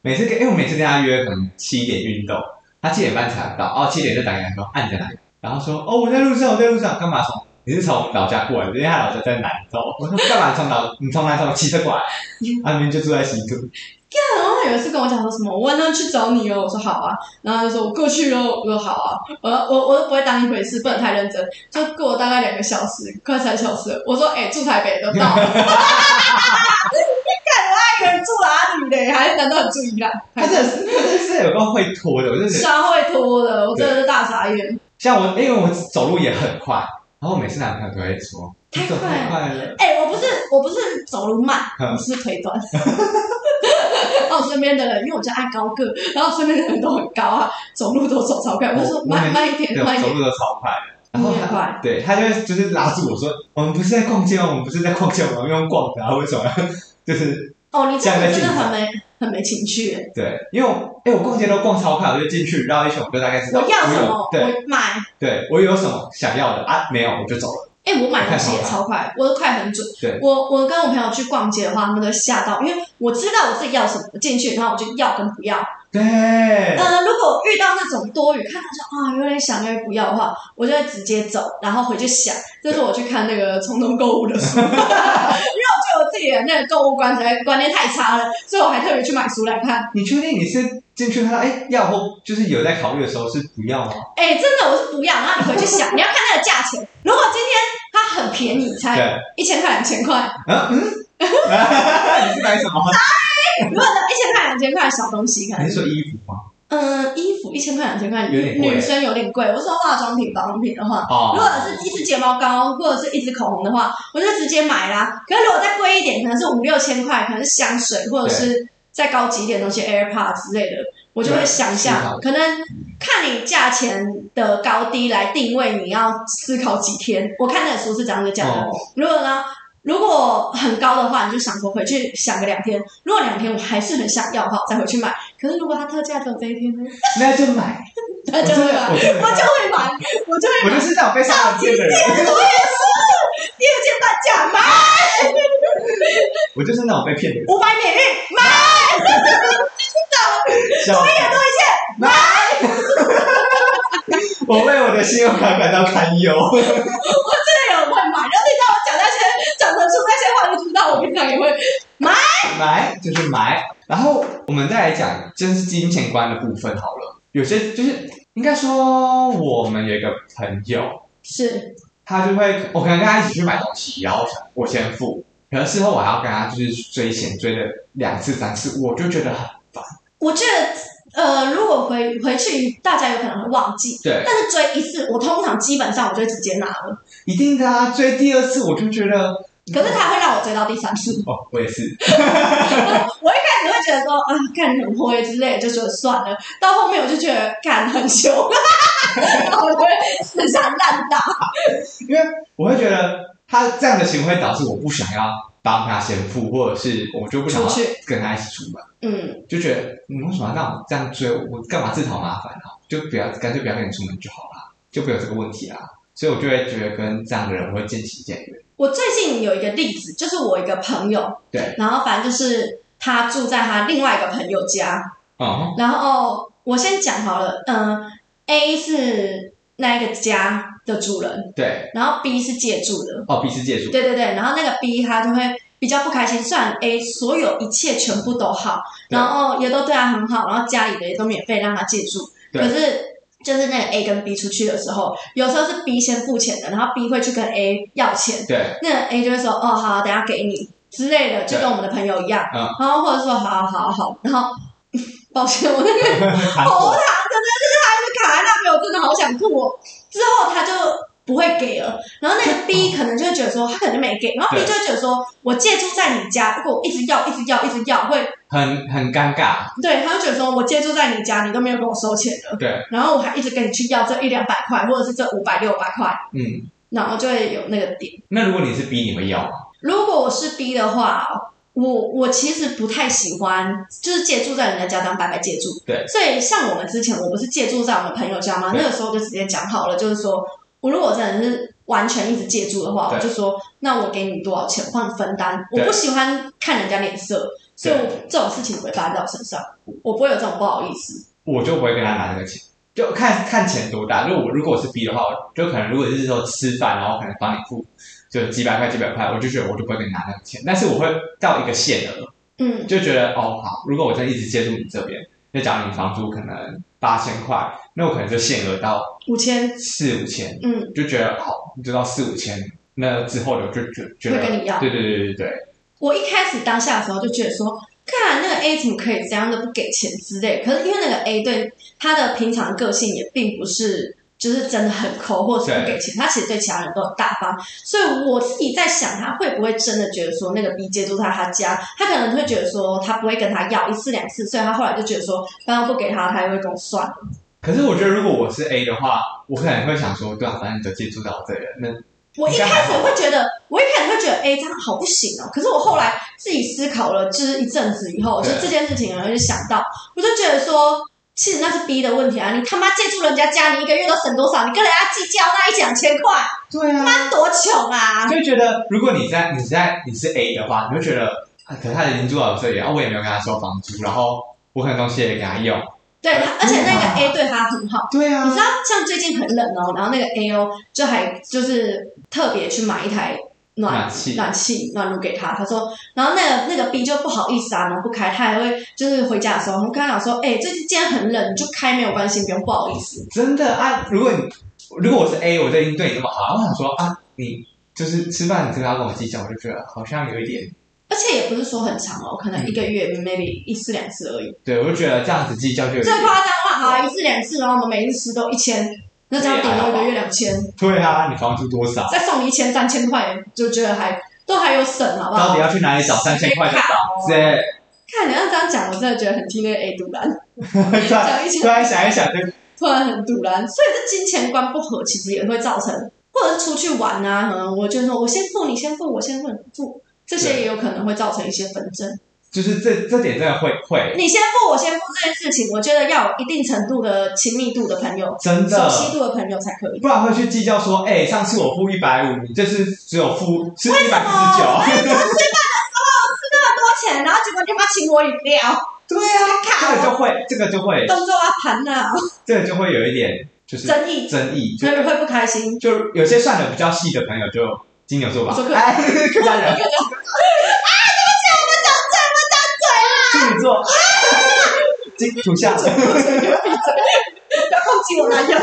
B: 每次跟，因为我每次跟他约可能七点运动，他七点半才到，哦，七点就打给他说按在哪里，然后说哦我在路上，我在路上，干嘛从？你是从老家过来的，因为他老家在南州。我说干嘛从老你从南州骑车过来？他明明就住在西都。
A: 干然后有一次跟我讲说什么，我晚上去找你哦，我说好啊，然后他就说我过去哦，我说好啊，我我我都不会当一回事，不能太认真，就过了大概两个小时，快三小时了，我说哎、住台北都到了，你敢我一个人住哪里嘞？还难道很住宜兰？
B: 他真的是，他真的是有个会拖的，我真的
A: 超会拖的，我真的是大傻眼。
B: 像我，因为我走路也很快，然后每次男朋友都会说你走太快了，
A: 哎、我不是我不是走路慢，
B: 嗯
A: 我是腿短。然后我身边的人，因为我就爱高个，然后身边的人都很高啊，走路都走超快。我就说
B: 我
A: 慢
B: 我
A: 慢一 点，
B: 对，我
A: 慢一
B: 走
A: 点，
B: 路都超 快的。然后
A: 你也
B: 他
A: 快。
B: 对他就会就是拉住我说：“我们不是在逛街哦，我们不是在逛街，我们用逛的啊，为什么 要？就是
A: 哦，你这
B: 这样
A: 个
B: 在
A: 真的
B: 进
A: 很没很没情趣耶。
B: 对，因为我哎，我逛街都逛超快，我就进去绕一圈，我就大概知道
A: 我要什
B: 有
A: 么
B: 对
A: 我买，
B: 对，我有什么想要的啊？没有我就走了。
A: 哎、我买东西也超快，我都快很准。
B: 对
A: 我我跟我朋友去逛街的话，他们都吓到，因为我知道我自己要什么，我进去然后我就要跟不要。
B: 对，
A: 呃，如果遇到那种多余，看到说啊有点想有点不要的话，我就会 直接走，然后回去想。这是我去看那个冲动购物的书，因为我觉得我自自己的那个购物观才观念太差了，所以我还特别去买书来看。
B: 你确定你是进去看？哎，要或就是有在考虑的时候是不要吗？
A: 哎、真的我是不要，然后你回去想，你要看它的价钱。如果今天它很便宜，才
B: 对，
A: 一千块两千块，哎
B: 嗯嗯， 你是买什 么？
A: 如果一千块两千块的小东西，可
B: 你
A: 能
B: 是说衣服吗？
A: 嗯，衣服一千块两千块，
B: 有点贵
A: 女生有点贵。我说化妆品、保养品的话，
B: 哦
A: 如果是一支睫毛膏或者是一支口红的话，我就直接买啦。可是如果再贵一点，可能是五六千块，可能是香水或者是再高级一点的东西，AirPod 之类的，我就会想一
B: 思
A: 下
B: 考，
A: 可能看你价钱的高低来定位，你要思考几天。我看那本书是这样子讲的。
B: 哦
A: 如果呢，如果很高的话，你就想说回去想个两天。如果两天我还是很想要的话，我再回去买。可是如果它特价只有这一天呢，
B: 那就买。
A: 那就会买，
B: 我真的
A: 我就会买，我就
B: 我
A: 会
B: 就
A: 买。
B: 是那种被上当骗的人，
A: 第二件半价买，
B: 我就是那种被骗的人。
A: 五百免运买，
B: 小
A: 多一点多一件。
B: 我为我的信用卡感到堪忧。
A: 真的有人会买，然后你让我讲那些讲得出那些话，就知道我平常也会。
B: 买就是买，然后我们再来讲，就是金钱观的部分好了。有些就是应该说，我们有一个朋友，
A: 是，
B: 他就会我可能跟他一起去买东西，然后我先付，可是事后我还要跟他就是追钱，追了两次三次，我就觉得很
A: 我觉得呃，如果回回去，大家有可能会忘记。
B: 对，
A: 但是追一次，我通常基本上我就会直接拿了，
B: 一定的啊。追第二次我就觉得，
A: 可是他会让我追到第三次。
B: 哦，我也是，
A: 我一开始会觉得说啊，干你很灰之类的，就觉得算了。到后面我就觉得干很凶，然后我就会死缠烂打。
B: 因为我会觉得他这样的行为会导致我不想要帮他先付，或者是我就不想要
A: 出去
B: 跟他一起出门。
A: 嗯，
B: 就觉得你为什么要让我这样追我？我干嘛自讨麻烦啊？就不要干脆不要跟你出门就好啦，就不会有这个问题啦。啊所以我就会觉得跟这样的人我会渐行渐远。
A: 我最近有一个例子，就是我一个朋友，
B: 对，
A: 然后反正就是他住在他另外一个朋友家，
B: 哦，
A: 然后呃我先讲好了，嗯、a 是那一个家的主人，
B: 对，
A: 然后 B 是借住的，
B: 哦，彼此接触，
A: 对对对，然后那个 B 他就会比较不开心，虽然 A 所有一切全部都好，
B: 对
A: 然后也都对他很好，然后家里的也都免费让他借住，
B: 对
A: 可是。就是那个 A 跟 B 出去的时候，有时候是 B 先付钱的，然后 B 会去跟 A 要钱，
B: 对，
A: 那 A 就会说哦好，等下给你之类的，就跟我们的朋友一样，
B: 嗯
A: 然后或者说好好好，然后抱歉，我那个
B: 韩
A: 喉
B: 国
A: 糖真的是他一直卡在那边，我真的好想吐哦。之后他就不会给了，然后那 个 B 可能就会觉得说他可能没给，然后 B
B: 对
A: 就会觉得说我借住在你家，如果我一直要一直要一直要，会
B: 很很尴尬，
A: 对他就觉得说我借住在你家，你都没有跟我收钱的，
B: 对，
A: 然后我还一直跟你去要这一两百块，或者是这五百六百块，
B: 嗯。
A: 然后就会有那个点。
B: 那如果你是 B，你会要吗？
A: 如果我是 B 的话，我我其实不太喜欢，就是借住在人家家当白白借住。
B: 对
A: 所以像我们之前，我不是借住在我们朋友家吗？
B: 对
A: 那个时候就直接讲好了，就是说我如果真的是完全一直借住的话，
B: 对
A: 我就说那我给你多少钱换分担。我
B: 对
A: 不喜欢看人家脸色，所以我这种事情不会发生在我身上，我不会有这种不好意思。
B: 我就不会跟他拿那个钱，就看看钱多大。如果我如果我是 B 的话，就可能如果是说吃饭，然后可能帮你付，就几百块几百块，我就觉得我就不会跟你拿那个钱，但是我会到一个限额，
A: 嗯，
B: 就觉得哦好，如果我真的一直接触你这边，那假如你房租可能八千块，那我可能就限额到
A: 五千，
B: 四五千，
A: 嗯，
B: 就觉得好，你就到四五千，那之后的我就觉觉得
A: 会跟你要
B: 对对对对对，
A: 我一开始当下的时候就觉得说，看那个 A 怎么可以这样的不给钱之类。可是因为那个 A 对他的平常个性也并不是就是真的很抠或者是不给钱，他其实对其他人都很大方。所以我自己在想，他会不会真的觉得说那个 B 借住在他家，他可能会觉得说他不会跟他要一次两次，所以他后来就觉得说，反正不给他，他也会跟我算了。
B: 可是我觉得如果我是 A 的话，我可能会想说，对啊，反正你都接触到我这里了，那
A: 我一开始会觉得，我一开始会觉得，哎、这样好不行哦。可是我后来自己思考了，就是一阵子以后，就
B: 对
A: 是这件事情，然后就想到，我就觉得说，其实那是 B 的问题啊！你他妈借住人家家，你一个月都省多少？你跟人家计较那一两千块，
B: 对啊，
A: 他多穷啊！
B: 就会觉得如果你在你在你是 A 的话，你会觉得，啊、可是他已经住到我这里，啊然、后我也没有跟他收房租，然后我可能东西也给他用，
A: 对，他而且那个 A 对他很好。
B: 对啊
A: 你知，道，像最近很冷哦，然后那个 A O 就还就是特别去买一台暖
B: 暖气
A: 暖气暖炉给他，他说，然后那个那个 B 就不好意思啊，然后不开，他还会就是回家的时候，我们跟他讲说，哎、最近今天很冷，你就开没有关系，不用不好意思。
B: 真的啊！如果你如果我是 A，我就已经对你那么好，我想说啊，你就是吃饭你这个要跟我计较，我就觉得好像有一点，
A: 而且也不是说很长哦，可能一个月
B: 嗯
A: maybe 一次两次而已。
B: 对我就觉得这样子计较就有
A: 最
B: 点
A: 夸张的话，好啊一次两次，然后我们每次吃都一千，那这样顶多一个月两千，
B: 对啊，你房租多少？
A: 再送你一千三千块，就觉得还都还有省，好不
B: 到
A: 好
B: 底？要去哪里找三千块的房子？
A: 看你要这样讲，我真的觉得很替那个 A 杜兰，
B: 突然
A: 讲一讲
B: 突然想一想，就
A: 突然很杜兰，所以这金钱观不合，其实也会造成，或者是出去玩啊，可能我就说我先付，你先付，我先付，你付，这些
B: 对
A: 也有可能会造成一些纷争。
B: 就是这这点真的会会
A: 你先付，我先付这件事情，我觉得要有一定程度的亲密度的朋友，
B: 真
A: 熟
B: 的，
A: 悉度的朋友才可以。
B: 不然会去计较说，哎、上次我付一百五，你这次只有付是一百四十
A: 哦，
B: 九，
A: 哎 你们吃饭的时候吃那么多钱，然后结果你妈请我饮料，
B: 对啊， 这
A: 卡
B: 个就会这个就会
A: 动作啊盘呐，
B: 这个就会有一点就是
A: 争议，
B: 争议，就
A: 所以会不开心。
B: 就有些算的比较细的朋友就金牛座吧
A: 我说，客
B: 哎，客家人，处女座， 金土象，
A: 不要攻击我男友，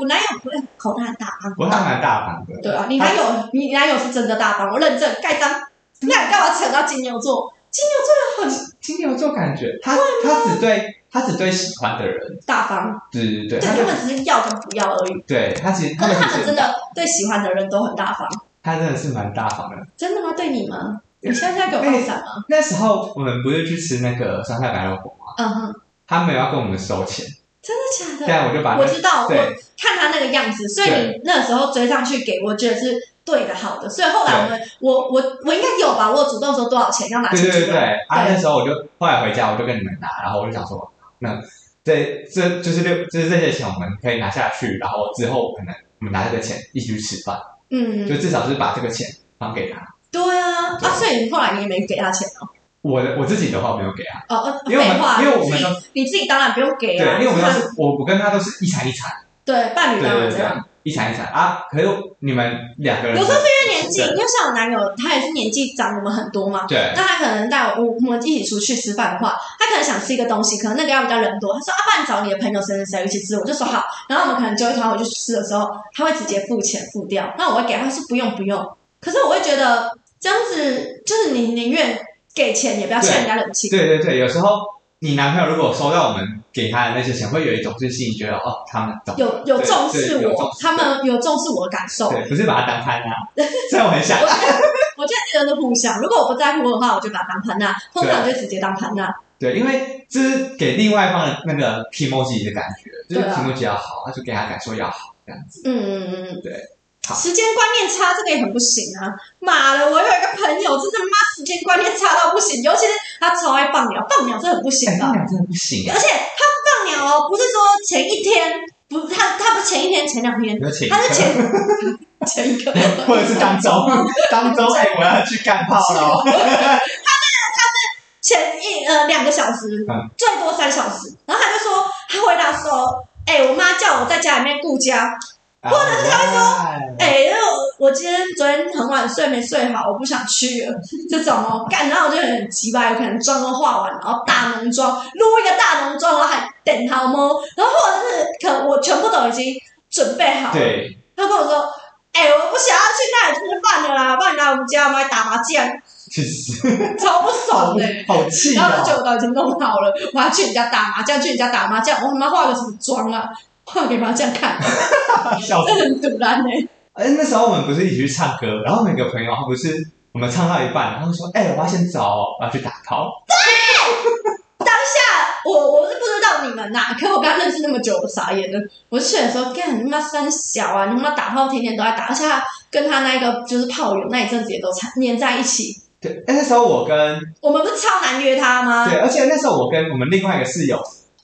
A: 我男友不会口袋很大方。
B: 我还蛮大方的，
A: 对啊，你男友，你男友是真的大方，我认证盖章。
B: 嗯
A: 那你干嘛扯到金牛座？金牛座人很
B: 金牛座感觉他
A: 啊
B: 他只对他只对喜欢的人，
A: 大方，
B: 对对对，
A: 对
B: 他
A: 他
B: 就
A: 们只是要跟不要而已。
B: 对他其实他
A: 可哦
B: 们
A: 是他
B: 其
A: 们真
B: 实
A: 的对喜欢的人都很大方，
B: 他真的是蛮大方的。
A: 真的吗？对你吗？你现在在给我放闪吗？
B: 那时候我们不是去吃那个酸菜白肉锅吗？
A: 嗯哼，
B: 他没有要跟我们收钱，
A: 真的假的？
B: 但我就把
A: 我
B: 那
A: 知道，我
B: 啊对
A: 看他那个样子，所以你
B: 对
A: 那时候追上去给我觉得是对的、好的，所以后来我们，我我我应该有吧？我有主动说多少钱要 拿
B: 对
A: 去
B: 对 对
A: 出
B: 对，
A: 来，
B: 啊，那时候我就后来回家我就跟你们拿，然后我就想说，那这这就是六就是这些钱我们可以拿下去，然后之后可能我们拿这个钱一起去吃饭，就
A: 嗯，
B: 至少是把这个钱还给他。
A: 对啊，
B: 对
A: 啊，所以你后来你也没给他钱哦，
B: 我的我自己的话没有给他，
A: 哦哦，
B: 因为我
A: 废
B: 们
A: 话，
B: 因为
A: 你
B: 我们
A: 自
B: 都
A: 己你自己当然不用给
B: 对，
A: 啊，
B: 因为我们都
A: 是
B: 是我我跟他都是一餐一餐，
A: 对伴
B: 对
A: 侣当然
B: 对对
A: 这
B: 对
A: 样。，
B: 一餐一餐啊。可是你们两个人
A: 有时候是因为年纪，
B: 对
A: 因为像我男友，他也是年纪长我们很多嘛，
B: 对
A: 那他可能带我我们一起出去吃饭的话，他可能想吃一个东西，可能那个要比较人多。他说啊，不然找你的朋友谁谁谁一起吃，我就说好。然后我们可能就一团伙去吃的时候，他会直接付钱付掉。那我会给他说不用不用，可是我会觉得这样子就是你宁愿给钱也不要欠人家人情。
B: 对对对，有时候你男朋友如果收到我们给他的那些钱，会有一种是心里觉得哦，他们懂，
A: 有有重视
B: 对对有
A: 我
B: 重，
A: 他们有重视我的感受。
B: 对，不是把他当潘啊。 虽然我很想
A: 我，觉得， 我觉得这个都互相。如果我不在乎的话，我就把它当盘娜，通常我就直接当盘娜。
B: 对，因为这是给另外一方的那个 emoji 的感觉，就
A: 对
B: 是
A: 啊
B: emoji 要好，那就给他感受要好这样子。
A: 嗯嗯嗯嗯，
B: 对。好
A: 时间观念差，这个也很不行啊！妈的，我有一个朋友，真的妈时间观念差到不行，尤其是他超爱放鸟，放鸟真的很不行
B: 哎，
A: 吧
B: 那？俩真的不行啊
A: 而！且他放鸟哦，不是说前一天，不，他他不是前一天，前两天，
B: 有请，
A: 他是 前前一个，
B: 或者是当周，当周哎，我要去干炮了。
A: 前一呃两个小时，
B: 嗯
A: 最多三小时。然后他就说，他回答说，哎、我妈叫我在家里面顾家，
B: 或者是他
A: 哎、因为我我今天昨天很晚睡，没睡好，我不想去了，这种哦，干，然后我就很急吧，有可能妆都化完，然后大浓妆，撸一个大浓妆，然后还等他吗？然后或者是可能我全部都已经准备好了，
B: 对，
A: 他跟我说，哎、我不想要去那里吃饭的啦，不然来我们家我们来打麻将，
B: 去死，
A: 超不爽
B: 好
A: 的、
B: 好气
A: 然后
B: 啊！
A: 就我都已经弄好了，我还去人家打麻将，去人家打麻将，我他妈化个什么妆啊？化给麻将看，
B: 笑死
A: 真。的很堵然呢、
B: 哎，那时候我们不是一起去唱歌，然后我们有个朋友，他不是我们唱到一半，然后说：“哎、我要先走哦，我要去打 call。
A: 我我是不知道你们呐、可我刚认识那么久，我傻眼了。我去的时候，干你妈三小啊，你妈打炮天天都在打，而且他跟他那个就是炮友那一阵子也都缠黏在一起。”
B: 对，哎，那时候我跟
A: 我们不是超难约他吗？
B: 对，而且那时候我跟我们另外一个室友，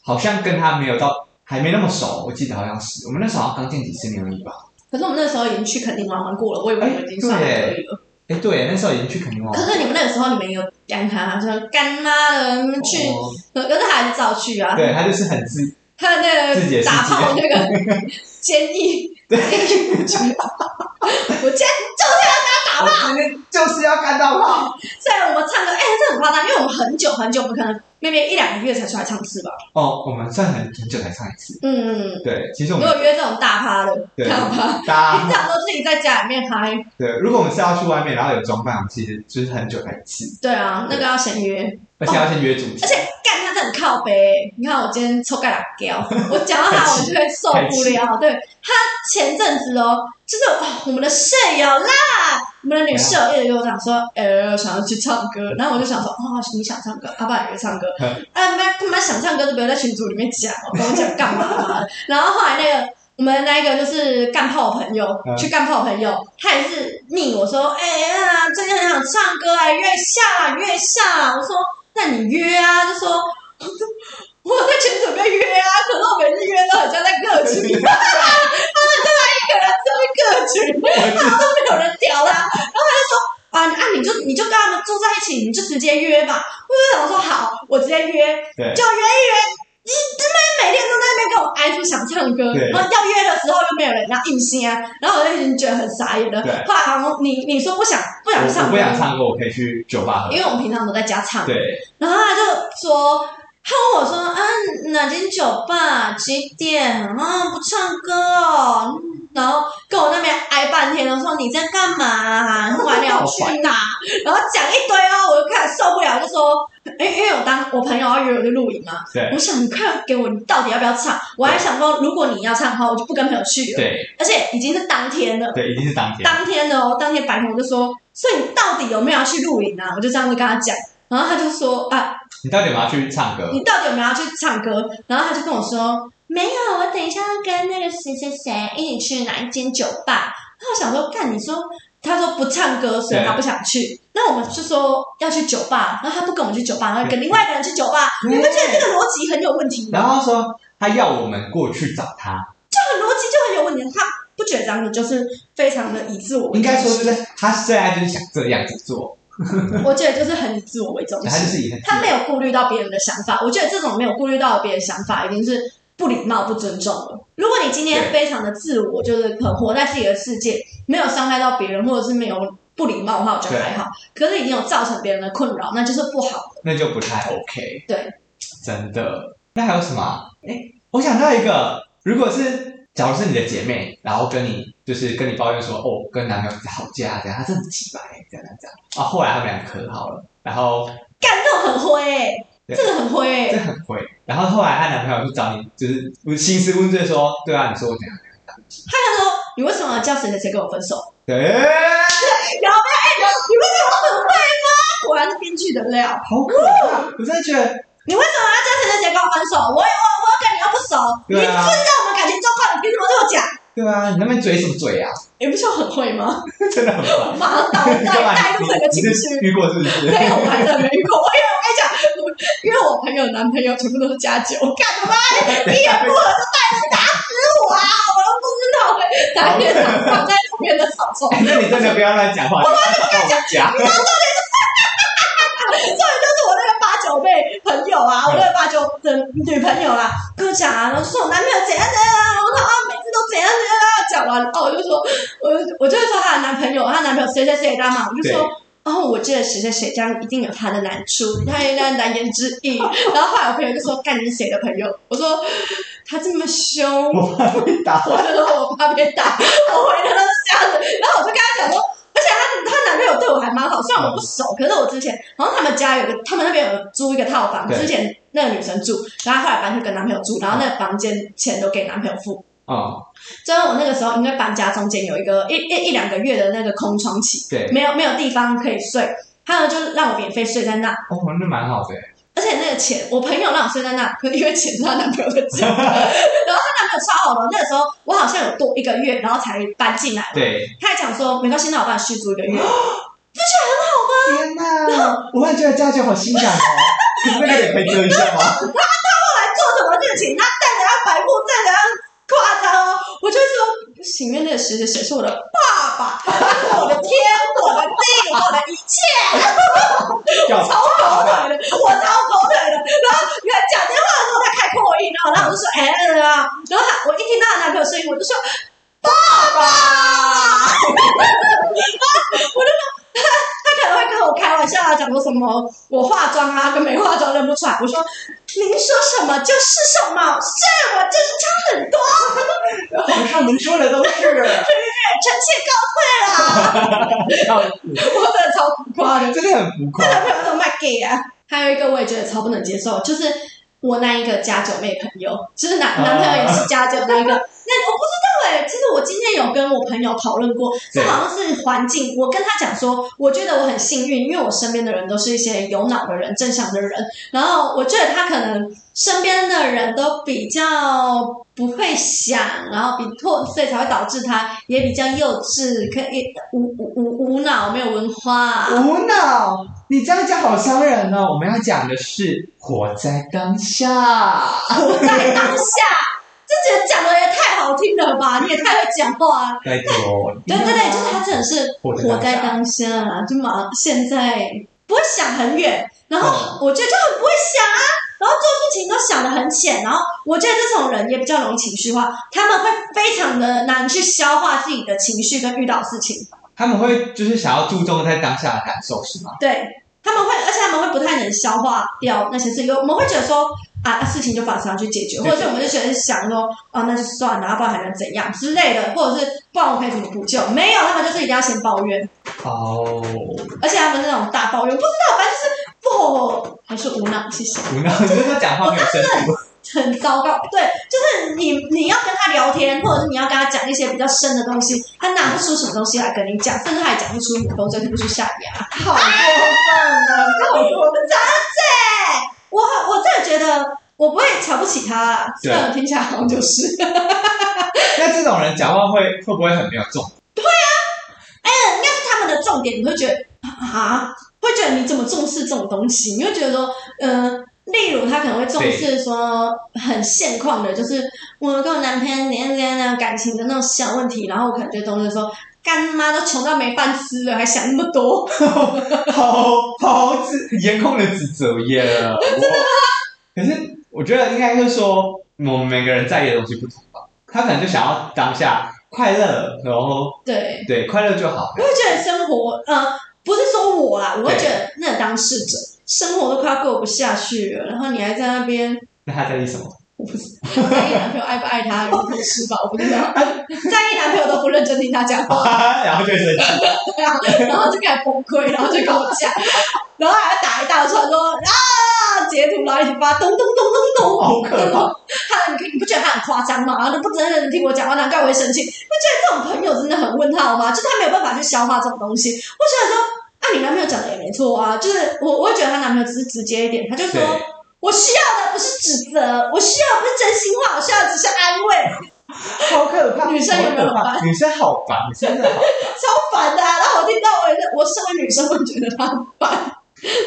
B: 好像跟他没有到还没那么熟，我记得好像是我们那时候好像刚见几次面而已吧。
A: 可是我们那时候已经去垦丁玩玩过了，我以为我们已经算很可以了。
B: 哎，对，那时候已经去垦丁玩
A: 可
B: 了。
A: 是你们那个时候你们有干他，说干妈的你们去，
B: 哦
A: 可是他还是照去啊。
B: 对他就是很自，
A: 他那
B: 自己
A: 个
B: 也 是
A: 打炮那个坚毅，我今天就是要
B: 我哦今天就是要干到爆！
A: 虽然我们唱歌，哎、这很夸张，因为我们很久很久，我们可能 maybe 一两个月才出来唱一次吧。
B: 哦，我们算很很久才唱一次。
A: 嗯，
B: 对，其实我
A: 如
B: 们
A: 果约这种大趴的，
B: 对
A: 大趴，
B: 大
A: 平
B: 家
A: 常都自己在家里面嗨。
B: 对，如果我们是要去外面，然后有装扮，其实就是很久才一次，
A: 对啊，那个要先约，
B: 而且要先约主题
A: 而，且干他真的很靠背。你看我今天抽盖两胶，我讲到他我就会受不了。对他前阵子哦，就是、哦、我们的舍友啦，我们的女舍友一直跟我讲说，哎、想要去唱歌，然后我就想说，哦，你想唱歌，阿爸也会唱歌，
B: 嗯
A: 哎，妈他妈想唱歌就不要在群组里面讲，跟我讲干嘛嘛。然后后来那个我们那一个就是干炮朋友，
B: 嗯
A: 去干炮朋友，他也是命我说，哎、呀，最近很想唱歌哎、约一下啦，约一下啦。我说那你约啊，就说。我在群组里面约啊，可是我每次约都很像在各群， 他们就在一个人在那边各群，然后都没有人屌他，啊啊！你就你就跟他们住在一起，你就直接约吧。我就想说好，我直接约，就约一
B: 对
A: 约。你他妈每天都在那边跟我哀说想唱歌，
B: 对
A: 然后要约的时候又没有人要应心啊，然后我就已经觉得很傻眼了。
B: 对
A: 后来好像你你说不想不想
B: 我
A: 唱歌，
B: 我不想唱歌，我可以去酒吧喝
A: 因。为我们平常都在家唱。
B: 对，
A: 然后他就说，他问我说啊哪间酒吧几点啊不唱歌哦，嗯然后跟我那边挨半天，我说你在干嘛、啊？晚了要去哪？然后讲一堆哦，我就开始受不了，就说，因为因为我当我朋友要约我去露营嘛，
B: 对
A: 我想你快给我，你到底要不要唱？我还想说，如果你要唱的话，我就不跟朋友去了，
B: 对
A: 而且已经是当天了。
B: 对，一定是当天。
A: 当天的哦，当天白天我就说，所以你到底有没有要去露营啊？我就这样子跟他讲，然后他就说啊，
B: 你到底有没有去唱歌？
A: 你到底有没有要去唱歌？然后他就跟我说，没有，我等一下要跟那个谁谁谁一起去哪一间酒吧。然后我想说，干，你说他说不唱歌，所以
B: 对
A: 他不想去。那我们就说要去酒吧，然后他不跟我们去酒吧，然后跟另外一个人去酒吧，
B: 嗯
A: 你不觉得这个逻辑很有问题吗？
B: 然后他说他要我们过去找他，
A: 这个逻辑就很有问题，他不觉得这样子就是非常的以自我为
B: 应
A: 中
B: 该说
A: 心，
B: 就是他现在就是想这样子做，
A: 我觉得就是很以自我为中
B: 然后他就
A: 心，
B: 是以很
A: 他没有顾虑到别人的想法。我觉得这种没有顾虑到别人想法，已经是不礼貌、不尊重了。如果你今天非常的自我，就是很活在自己的世界，没有伤害到别人，或者是没有不礼貌的话，我觉得还好。可是已经有造成别人的困扰，那就是不好的。
B: 那就不太 OK。
A: 对，
B: 真的。那还有什么啊？哎，我想到一个，如果是假如是你的姐妹，然后跟你就是跟你抱怨说，哦，跟男朋友吵架，怎样，他真的很奇怪，这样这样这样。啊，后来他们俩和好了，然后
A: 干这种很灰、欸，
B: 对
A: 这个很灰、
B: 这
A: 欸。
B: 很会。然后后来她男朋友就找你，就是兴师问罪说，对啊，你说我怎样？
A: 他就说：“你为什么要叫谁谁谁跟我分手？
B: 对，哎
A: 你不觉得我很会吗？果然是编剧的料。
B: 好可怕！我真的觉得，
A: 你为什么要叫谁谁谁跟我分手？我我我跟你又不熟，你
B: 对
A: 不知
B: 啊
A: 道我们感情状况，你凭什么对我讲？
B: 对啊，你那边嘴什么嘴啊？
A: 你不是说很会吗？
B: 真的很烦。
A: 马上倒带带入整个情绪。
B: 遇过是不是？
A: 没有，我还真的没遇过。我因为我跟你讲，我因为我朋友的男朋友全部都是加酒，干他妈的，一言不合就带人打死我啊！我都不知道会打野躺躺在路边的草丛。
B: 哎， 那你真的不要乱讲话，我们讲
A: 重点就是我那个八九妹朋友啊，我那个八九的女朋友啊，跟我讲啊，然后说我男朋友怎样怎样啊，我说啊，每次都怎样怎样啊，讲完哦，我就说，我就我就会说她的男朋友，她男朋友谁谁谁的嘛，我就说
B: 对。
A: 然后、我记得谁谁谁这样一定有他的难处，他有那难言之隐。然后后来我朋友就说：“干你是谁的朋友？”我说：“他这么凶，
B: 我怕被打。
A: 我就说我怕被打，我回的都是这样子。然后我就跟他讲说，而且她她男朋友对我还蛮好，虽然我不熟，可是我之前好像他们家有个，他们那边有租一个套房，
B: 对
A: 之前那个女生住，然后她后来搬去跟男朋友住，然后那个房间钱都给男朋友付。
B: 哦，
A: 最后我那个时候因为搬家，中间有一个一一一两个月的那个空窗期，
B: 对，
A: 没有没有地方可以睡，他呢就让我免费睡在那，
B: 哦，那蛮好的。
A: 而且那个钱，我朋友让我睡在那，可是因为钱是她男朋友的钱，然后她男朋友超好的，那个时候我好像有多一个月，然后才搬进来，
B: 对，
A: 他还讲说没关系，那我帮你续租一个月，
B: 天哪，我也觉得家教好性感哦。你们那个也可以遮一下吗？
A: 来做什么事情，他站着要白目，站着要夸张哦。我就说，不行，因为那个谁谁谁是我的爸爸，他是我的天，我的地，我的一切，
B: 叫
A: 超狗腿的，我超狗腿的。然后原来讲电话的时候他开扩音，然后然后我就说，嗯哎、啊，然后他我一听到他男朋友声音，我就说。爸爸， 啊说什么我化妆啊跟没化妆认不出来，我说您说什么就是什么，是我就是差很多，
B: 皇上您说的 都是，
A: 臣妾告退啦，
B: 笑死
A: 我真的超浮夸的。
B: 真的很浮夸
A: 他。男朋友都卖 gay 啊。还有一个我也觉得超不能接受，就是我那一个假酒妹朋友，就是男
B: 啊
A: 男朋友也是假酒那一个。那我不知道哎、其实我今天有跟我朋友讨论过，这
B: 对
A: 好像是环境。我跟他讲说，我觉得我很幸运，因为我身边的人都是一些有脑的人、正向的人。然后我觉得他可能身边的人都比较不会想，然后比拓，所以才会导致他也比较幼稚，可以无无无无脑，没有文化。啊
B: 无脑，你这样讲好伤人哦。我们要讲的是活在当下。
A: 活在当下。这觉得讲的也太好听了吧？你也太会讲话了。
B: 拜托，
A: 对对对，就是他真的是
B: 活在当下
A: 活在当下啊，就马现在不会想很远，然后我觉得就很不会想啊，然后做事情都想的很浅，然后我觉得这种人也比较容易情绪化，他们会非常的难去消化自己的情绪跟遇到事情，
B: 他们会就是想要注重在当下的感受是吗？
A: 对他们会，而且他们会不太能消化掉那些事情，有我们会觉得说啊，事情就把它去解决，或
B: 对
A: 者是我们就觉得想说啊，那就算了，不然还能怎样之类的，或者是不然我可以怎么补救？没有，他们就是一定要先抱怨，
B: 哦，
A: 而且他们那种大抱怨，不知道，反正就是不还是无脑，谢谢。
B: 无脑，你是说讲话没有深度？
A: 很糟糕，对，就是你你要跟他聊天，或者是你要跟他讲一些比较深的东西，他拿不出什么东西来跟你讲，甚至还讲不出口水，吐不出象牙。
B: 好过分啊！好过分！
A: 对，我我真的觉得我不会瞧不起他啦，这
B: 对
A: 个听起来好像就是，
B: 那这种人讲话会会不会很没有重？
A: 哎，应该是他们的重点，你会觉得啊，会觉得你怎么重视这种东西？你会觉得说，嗯、例如他可能会重视说很现况的，就是嗯我跟我男朋友怎样怎样怎样感情的那种小问题，然后我可能就重视说。干妈都穷到没饭吃了，还想那么多？
B: 好好指严控的指责耶！ 真的吗？可是我觉得应该就是说，我们每个人在意的东西不同吧。他可能就想要当下快乐，然后
A: 对，
B: 对快乐就好
A: 我。会觉得生活，呃，不是说我啦，我会觉得那当事者生活都快要过不下去了，然后你还在那边
B: 那他在意什 么？
A: 在意男朋友爱不爱他，有同事吧，我不知道。 在意男朋友都不认真听他讲话，
B: 然后就会生气。
A: 然后就开始崩溃，然后就跟我讲，然后还要打一大串说啊截图，然后一直发咚咚咚咚咚，
B: 好可怕！
A: 他你不觉得他很夸张吗？然后都不真正听我讲话，难怪我会生气。我觉得这种朋友真的很问号吗？就是他没有办法去消化这种东西。我觉得说啊，你男朋友讲的也没错啊，就是我我会觉得她男朋友只是直接一点，他就说
B: 对。
A: 我需要的不是指责，我需要的不是真心话，我需要的只是安慰。
B: 好可怕！
A: 女生有没有
B: 好可怕
A: 烦
B: 女生好烦，女生真的好。
A: 超烦的、啊。然后我听到我也是，我身为女生，会觉得他很烦。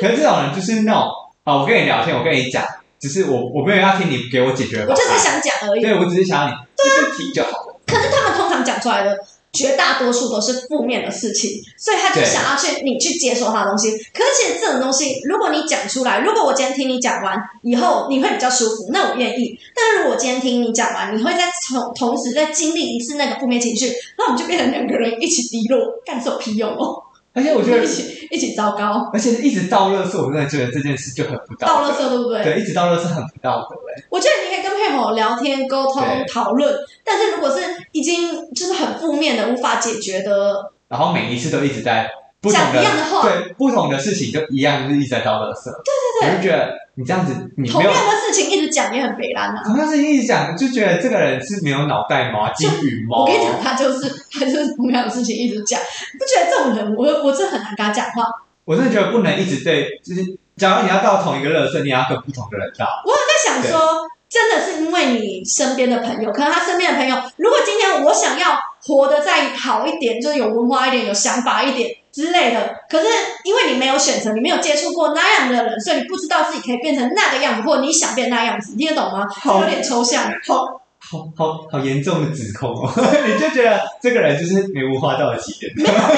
B: 可是这种人就是那种啊，我跟你聊天，我跟你讲，只是我我没有要听你给我解决
A: 我
B: 方
A: 就是
B: 案。
A: 想讲而已。
B: 对，我啊只是想要你就是听就好了。
A: 可是他们通常讲出来的绝大多数都是负面的事情，所以他就
B: 对
A: 想要去你去接受他的东西。可是其实这种东西，如果你讲出来，如果我今天听你讲完以后，你会比较舒服，那我愿意。但是如果我今天听你讲完，你会再同同时再经历一次那个负面情绪，那我们就变成两个人一起低落，干这有屁用哦！
B: 而且我觉得
A: 一，起一起糟糕，
B: 而且一直倒垃圾，我真的觉得这件事就很不
A: 到
B: 道
A: 了
B: 德。
A: 色对不对？
B: 对，一直倒垃圾很不道德哎、
A: 我觉得你可以跟配偶聊天、沟通、
B: 对
A: 讨论，但是如果是已经就是很负面的、无法解决的，
B: 然后每一次都一直在不同
A: 讲一样的话
B: 对不同的事情就一样，就是一直在倒垃圾。
A: 对对对
B: 我就觉得你这样子，你
A: 同
B: 没有
A: 样的事情一直讲也很北蓝啊。
B: 同样事情一直讲，就觉得这个人是没有脑袋吗？金鱼啊猫？
A: 我跟你讲，他就是他就是同样的事情一直讲，你不觉得这种人，我我真的很难跟他讲话。
B: 我真的觉得不能一直对，就是假如你要到同一个乐色，你也要跟不同的人到。
A: 我有在想说，真的是因为你身边的朋友，可能他身边的朋友，如果今天我想要活得再好一点，就是有文化一点、有想法一点之类的，可是因为你没有选择，你没有接触过那样的人，所以你不知道自己可以变成那个样子，或你想变那样子，你听得懂吗？
B: 好
A: 有点抽象。
B: 好好好好严重的指控哦！ 你就觉得这个人就是没文化到了极点。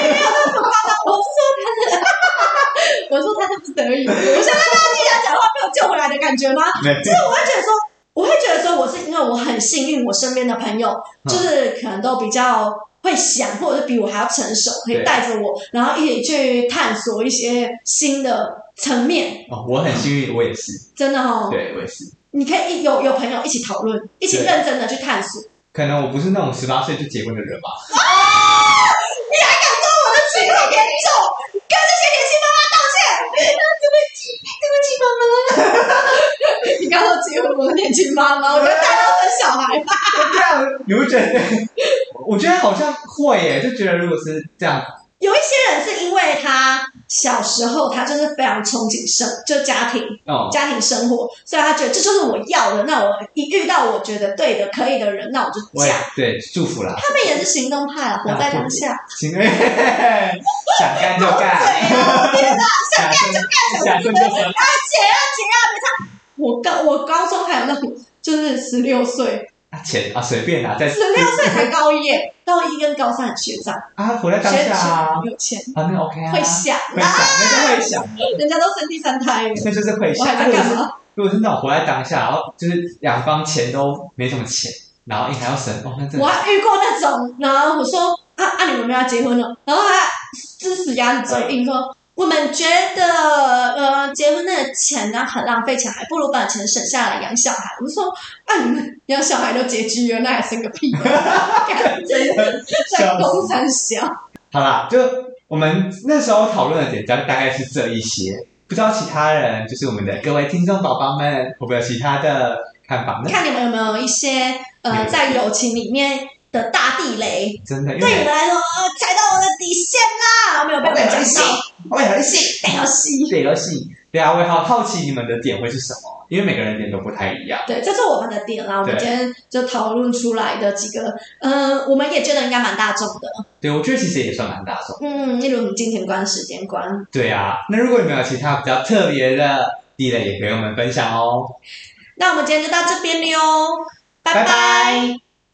A: 我是说他是， 我说他是不得已，我想让他听他讲话没有救回来的感觉吗？
B: 没有
A: 就是我会觉得说，我会觉得说，我是因为我很很幸运，我身边的朋友
B: 嗯
A: 就是可能都比较会想，或者是比我还要成熟，可以
B: 对
A: 带着我，然后一起去探索一些新的层面。
B: 哦，我很幸运，我也是，
A: 真的哦，
B: 对我也是。
A: 你可以一有有朋友一起讨论，一起
B: 对
A: 认真的去探索。
B: 可能我不是那种十八岁就结婚的人吧，
A: 啊我的情况严重，跟这些年轻妈妈道歉，对不起，对不起，妈妈。 你刚刚结婚，我的年轻妈妈，我觉得大家都很小孩吧。
B: 这样你会觉得，我觉得好像会耶，就觉得如果是这样，
A: 有一些人是因为他小时候他就是非常憧憬生，就家庭
B: 哦，
A: 家庭生活，所以他觉得这就是我要的。那我一遇到我觉得对的、可以的人，那我就
B: 我也
A: 嫁。
B: 对祝福啦，
A: 他们也是行动派啊，活在当下。
B: 行，嘿嘿嘿想干就干，
A: 对啊，对啊，
B: 想干就干，想生就生，
A: 啊姐啊姐啊，别唱。我高我高中还有那种，就是十六岁，
B: 啊钱啊随便啦，在
A: 十六岁才高一耶，高一跟高三的学长，
B: 啊活在当
A: 学
B: 下啊
A: 长，有钱，
B: 啊那 OK 啊，
A: 会想
B: 会想，
A: 啊，
B: 那就会想，
A: 人家都生第三胎了，
B: 那就是会
A: 我
B: 想。
A: 还在
B: 啊如果
A: 干
B: 是
A: 嘛？
B: 如果是那种活在当下，然后就是两方钱都没什么钱，然后硬还要省，哦那 真
A: 我
B: 的
A: 还遇过那种，然后我说啊啊，你们要结婚了，然后他支持压着嘴硬说。我们觉得，呃，结婚那个钱呢、很浪费钱，还不如把钱省下来养小孩。我就说，啊，你们养小孩都拮据了，那还生个屁、干真的在呃公山小，
B: 好啦，就我们那时候讨论的点，大大概是这一些。不知道其他人，就是我们的各位听众宝宝们，会不会有其他的看法呢？
A: 看你们有没有一些呃，在友情里面的大地雷，
B: 真的，因
A: 对你
B: 为
A: 们来说，呃踩到我的底线啦，没有办法讲 戏，
B: 我也很喜
A: 没有戏。
B: 这游戏，对啊，我也好好奇你们的点会是什么，因为每个人点都不太一样。
A: 对，这是我们的点啦。我们
B: 对
A: 今天就讨论出来的几个，嗯、我们也觉得应该蛮大众的。
B: 对，我觉得其实也算蛮大众。
A: 嗯，例如金钱观、时间观。
B: 对啊，那如果你们有其他比较特别的地雷，也可以跟我们分享哦。
A: 哦那我们今天就到这边了哟，拜
B: 拜
A: 拜
B: 拜